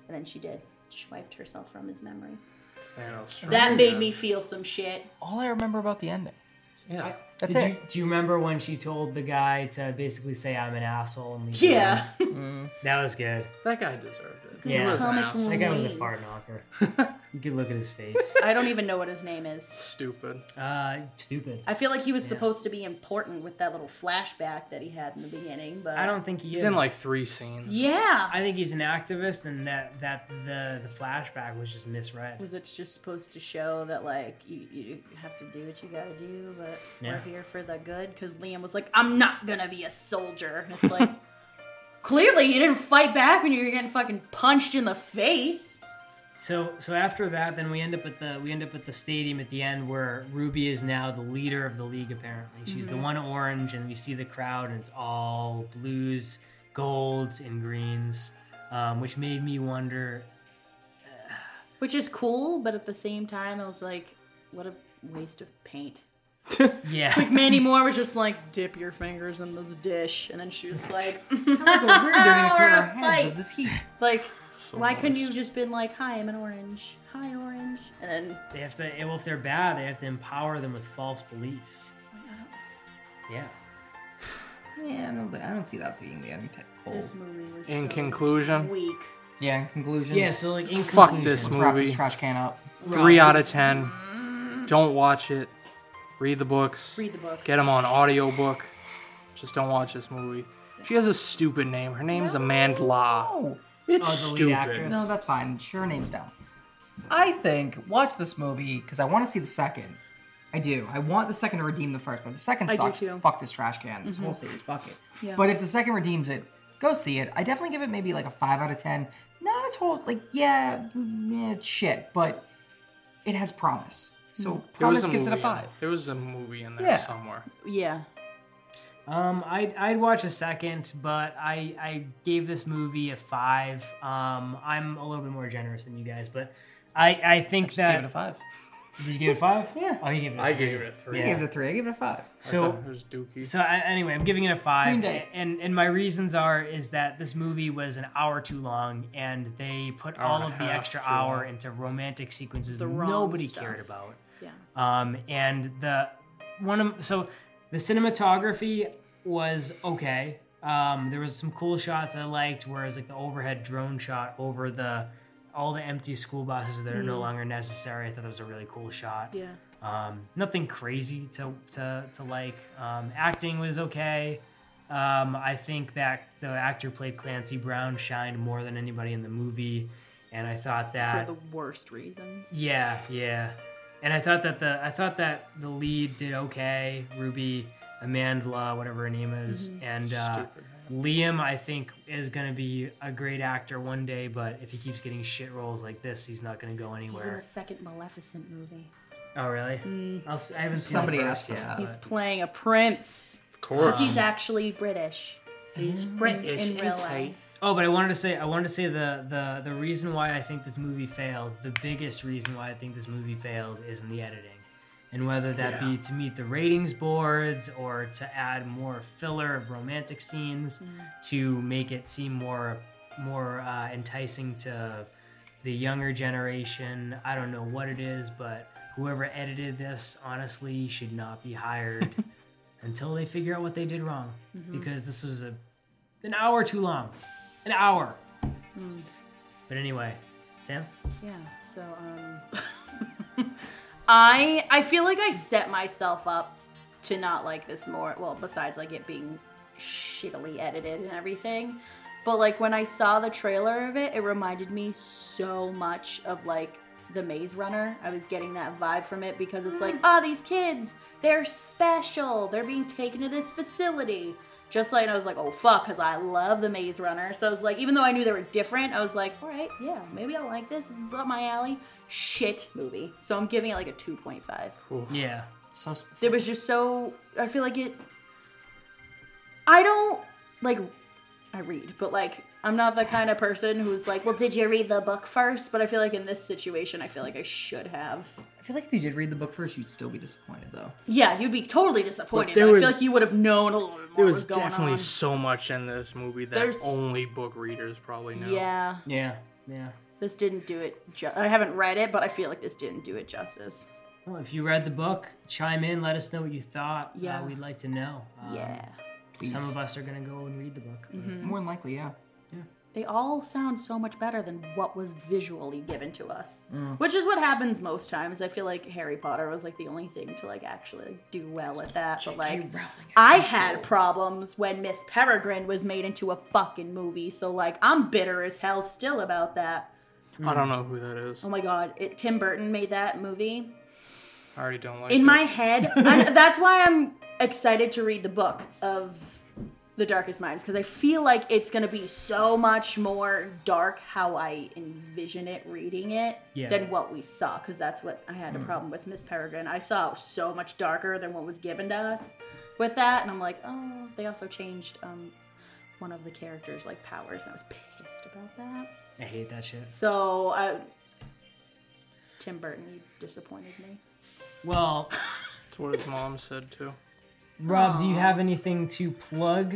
B: And then she did. She wiped herself from his memory.
C: Thanos,
B: That
C: right?
B: made me feel some shit.
D: All I remember about the ending.
C: Yeah.
D: That's
A: Did
D: it.
A: You, do you remember when she told the guy to basically say I'm an asshole? And leave the room?
B: Yeah.
A: that was good.
C: That guy deserved it.
A: Yeah.
C: He was an
B: Comic
C: asshole.
A: That guy was a
B: Leave.
A: fart knocker. you could look at his face.
B: I don't even know what his name is.
C: Stupid.
A: Uh, stupid.
B: I feel like he was supposed to be important with that little flashback that he had in the beginning, but.
A: I don't think he
C: He's
A: is.
C: in like three scenes.
B: Yeah.
A: I think he's an activist, and that that the the flashback was just misread.
B: Was it just supposed to show that like you, you have to do what you gotta do, but
A: Yeah.
B: we're here for the good? Because Liam was like, "I'm not gonna be a soldier." It's like clearly you didn't fight back when you were getting fucking punched in the face.
A: So so after that, then we end up at the we end up at the stadium at the end where Ruby is now the leader of the league. Apparently, she's
D: Mm-hmm.
A: the one orange, and we see the crowd, and it's all blues, golds, and greens, um, which made me wonder
B: Which is cool, but at the same time, I was like, "What a waste of paint."
A: Yeah.
B: Manny Moore was just like, "Dip your fingers in this dish," and then she was like,
D: Look what we're doing to clear
B: We're
D: our
B: a
D: heads
B: fight.
D: of this heat.
B: "Like,
C: So
B: why couldn't you
C: moist.
B: just been like, hi, I'm an orange, hi, orange,' and then
A: They have to, well, if they're bad, they have to empower them with false beliefs. Yeah.
D: Yeah, I don't, I don't see that being the end. Cold.
B: this movie was
C: In
B: so
C: conclusion,
B: weak."
D: Yeah, in conclusion.
A: Yeah, so like, in
C: Fuck
A: conclusion,
C: this
D: Let's wrap this
C: Movie.
D: trash can up.
C: three out of ten. Don't watch it. Read the books.
B: Read the book.
C: Get them on audiobook. Just don't watch this movie. She has a stupid name. Her name's Amanda Law.
D: Oh,
C: It's
A: Oh, the lead
C: stupid.
A: actress.
D: no, that's fine. Sure, name's down. I think watch this movie because I want to see the second. I do. I want the second to redeem the first, but the second
B: do
D: sucks.
B: too.
D: Fuck this trash can. This whole series, fuck it.
B: Yeah.
D: But if the second redeems it, go see it. I definitely give it maybe like a five out of ten. Not a total like yeah, mm, yeah, shit, but it has promise. So
C: There was
D: promise gives it a
C: movie in-
D: five.
C: There was a movie in there
D: Yeah.
C: somewhere.
B: Yeah.
A: Um, I'd, I'd watch a second, but I, I gave this movie a five. Um, I'm a little bit more generous than you guys, but I, I think
D: Just
A: that.
D: give it a five.
A: did you give it a five?
D: Yeah.
A: Oh, you gave it a
C: I
A: five.
C: gave it a three.
A: Yeah.
D: I gave it a three. I gave it a five.
A: So,
C: it was Dookie.
A: So I, anyway, I'm giving it a five,
D: Green Day.
A: and and my reasons are is that this movie was an hour too long, and they put
C: Hour
A: all
C: and a
A: of the
C: half
A: extra
C: too
A: hour
C: long.
A: into romantic sequences
B: The wrong
A: nobody
B: stuff.
A: cared about.
B: Yeah.
A: Um, and the one of so the cinematography was okay. Um, there was some cool shots I liked, whereas like the overhead drone shot over the all the empty school buses that are no longer necessary. I thought that was a really cool shot.
B: Mm. Yeah.
A: Um, nothing crazy to, to, to like. Um, acting was okay. Um, I think that the actor who played Clancy Brown shined more than anybody in the movie, and I thought that
B: For the worst reasons.
A: yeah, yeah, and I thought that the I thought that the lead did okay. Ruby Amandla, whatever her name is,
B: Mm-hmm.
A: and uh,
C: Stupid.
A: Liam, I think is gonna be a great actor one day, but if he keeps getting shit roles like this, he's not gonna go
B: He's in
A: anywhere.
B: the second Maleficent movie.
A: Oh really? I'll, s- I haven't seen the
D: Somebody
A: first
D: asked for
A: yet,
C: Uh,
D: that.
A: but-
B: Mm. He's playing a prince.
C: Of course.
B: He's actually British. He's
C: Mm.
B: British in real life.
A: Oh, but I wanted to say I wanted to say the the the reason why I think this movie failed, the biggest reason why I think this movie failed is in the editing. And whether that be to meet the ratings boards or to add more filler of romantic scenes to make it seem more more uh, enticing to the younger generation. I don't know what it is, but whoever edited this honestly should not be hired until they figure out what they did wrong because this was a an hour too long an hour but anyway sam
B: Yeah. So um I I feel like I set myself up to not like this more. Well, besides like it being shittily edited and everything. But like when I saw the trailer of it, it reminded me so much of like the Maze Runner. I was getting that vibe from it because it's like, oh, these kids, they're special. They're being taken to this facility. Just like I was like, oh fuck, because I love the Maze Runner. So I was like, even though I knew they were different, I was like, all right, yeah, maybe I like this. This is up my alley. Shit movie. So I'm giving it like a 2.5.
A: yeah
D: So
B: It was just so. I feel like it. I don't like. I read, but like I'm not the kind of person who's like, well, did you read the book first? But I feel like in this situation, I feel like I should have.
D: I feel like if you did read the book first, you'd still be disappointed, though.
B: Yeah, you'd be totally disappointed.
C: there
B: but I
C: was-
B: feel like you would have known a little bit more
C: There
B: what
C: was
B: was going
C: definitely
B: on.
C: so much in this movie that
B: There's-
C: only book readers probably know.
B: Yeah,
A: yeah yeah
B: this didn't do it. Ju- I haven't read it, but I feel like this didn't do it justice.
A: well if you read the book chime in let us know what you thought Uh,
B: Yeah.
A: we'd like to know Um,
B: yeah,
D: Please.
A: some of us are gonna go and read the book but-
D: More than likely, yeah.
B: they all sound so much better than what was visually given to us, which is what happens most times. I feel like Harry Potter was like the only thing to like actually do well at that. But like, I had problems when Miss Peregrine was made into a fucking movie. So like, I'm bitter as hell still about that.
C: I don't know who that is.
B: Oh my god, it, Tim Burton made that movie.
C: I already don't like
B: in
C: it.
B: my head I, that's why i'm excited to read the book of the darkest minds because i feel like it's going to be so much more dark how i envision it reading it
A: Yeah.
B: than what we saw because that's what i had a problem with miss peregrine i saw it was so much darker than what was given to us with that and i'm like oh they also changed um, one of the characters like powers and i was pissed about that
A: i hate that shit
B: so uh, tim burton you disappointed me
A: well
C: That's what his mom said too.
A: rob do you have anything to plug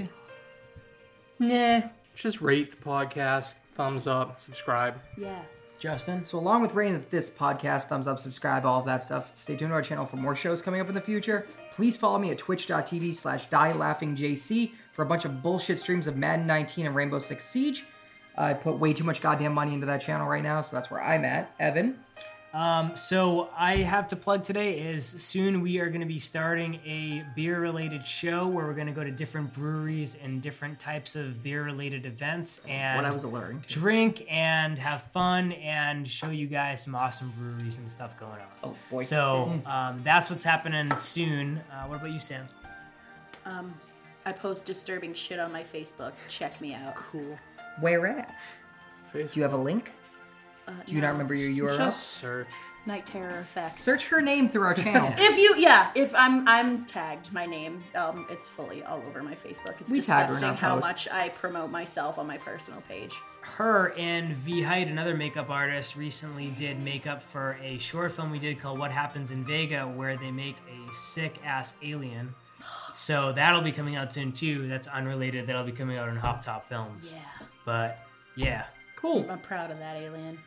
C: Nah. Just rate the podcast, thumbs up, subscribe.
B: yeah
A: justin
D: So, along with rating this podcast, thumbs up, subscribe, all of that stuff, stay tuned to our channel for more shows coming up in the future. Please follow me at twitch.tv slash dielaughingJC for a bunch of bullshit streams of Madden 19 and Rainbow Six Siege. I put way too much goddamn money into that channel right now, so that's where I'm at. Evan,
A: Um, so I have to plug today is soon we are going to be starting a beer related show where we're going to go to different breweries and different types of beer related events and
D: what I was alerting to.
A: drink and have fun and show you guys some awesome breweries and stuff going on.
D: Oh, boy.
A: so um, that's what's happening soon. Uh, what about you, Sam?
B: Um, I post disturbing shit on my Facebook. Check me out.
C: Cool.
D: Hmm. Where at?
C: Facebook.
D: Do you have a link?
B: Uh,
D: Do you not remember your URL?
C: Just search.
B: Night Terror Effect.
D: Search her name through our channel.
B: If you, yeah, if I'm, I'm tagged. My name, um, it's fully all over my Facebook. It's
D: We tag her in
B: disgusting
D: our
B: how
D: posts.
B: much I promote myself on my personal page.
A: her and V Hyde, another makeup artist, recently did makeup for a short film we did called What Happens in Vega, where they make a sick ass alien. So that'll be coming out soon too. That's unrelated. That'll be coming out on Hop Top Films.
B: Yeah,
A: But yeah.
D: cool.
B: I'm proud of that alien.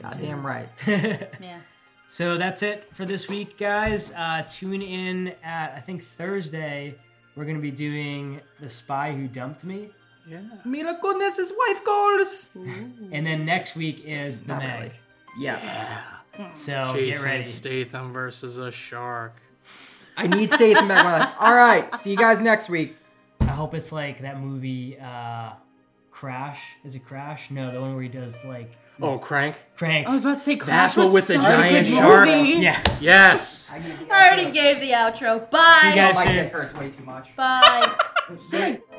D: Goddamn right.
B: Yeah.
A: So that's it for this week, guys. Uh, tune in at I think Thursday. We're gonna be doing The Spy Who Dumped Me,
C: Yeah.
D: Mira goodness, his wife goes.
A: and then next week is The
D: Hmm. Not
A: Meg.
D: really. Yes.
B: Oh,
A: So get
C: Jason
A: ready.
C: Statham versus a shark.
D: I need Statham back in my life. All right. See you guys next week.
A: I hope it's like that movie uh Crash. Is it Crash? No, the one where he does like
C: Oh, Crank.
A: crank.
D: Oh,
B: I was about to say
C: Crash
B: Crash
C: one
B: was
C: was with the such a
D: giant
B: a
D: good shark. movie.
A: Yeah.
C: Yes.
B: I already gave the outro. Bye.
A: See you guys
D: My
A: soon.
D: dick hurts way too much.
B: Bye.
D: Sick.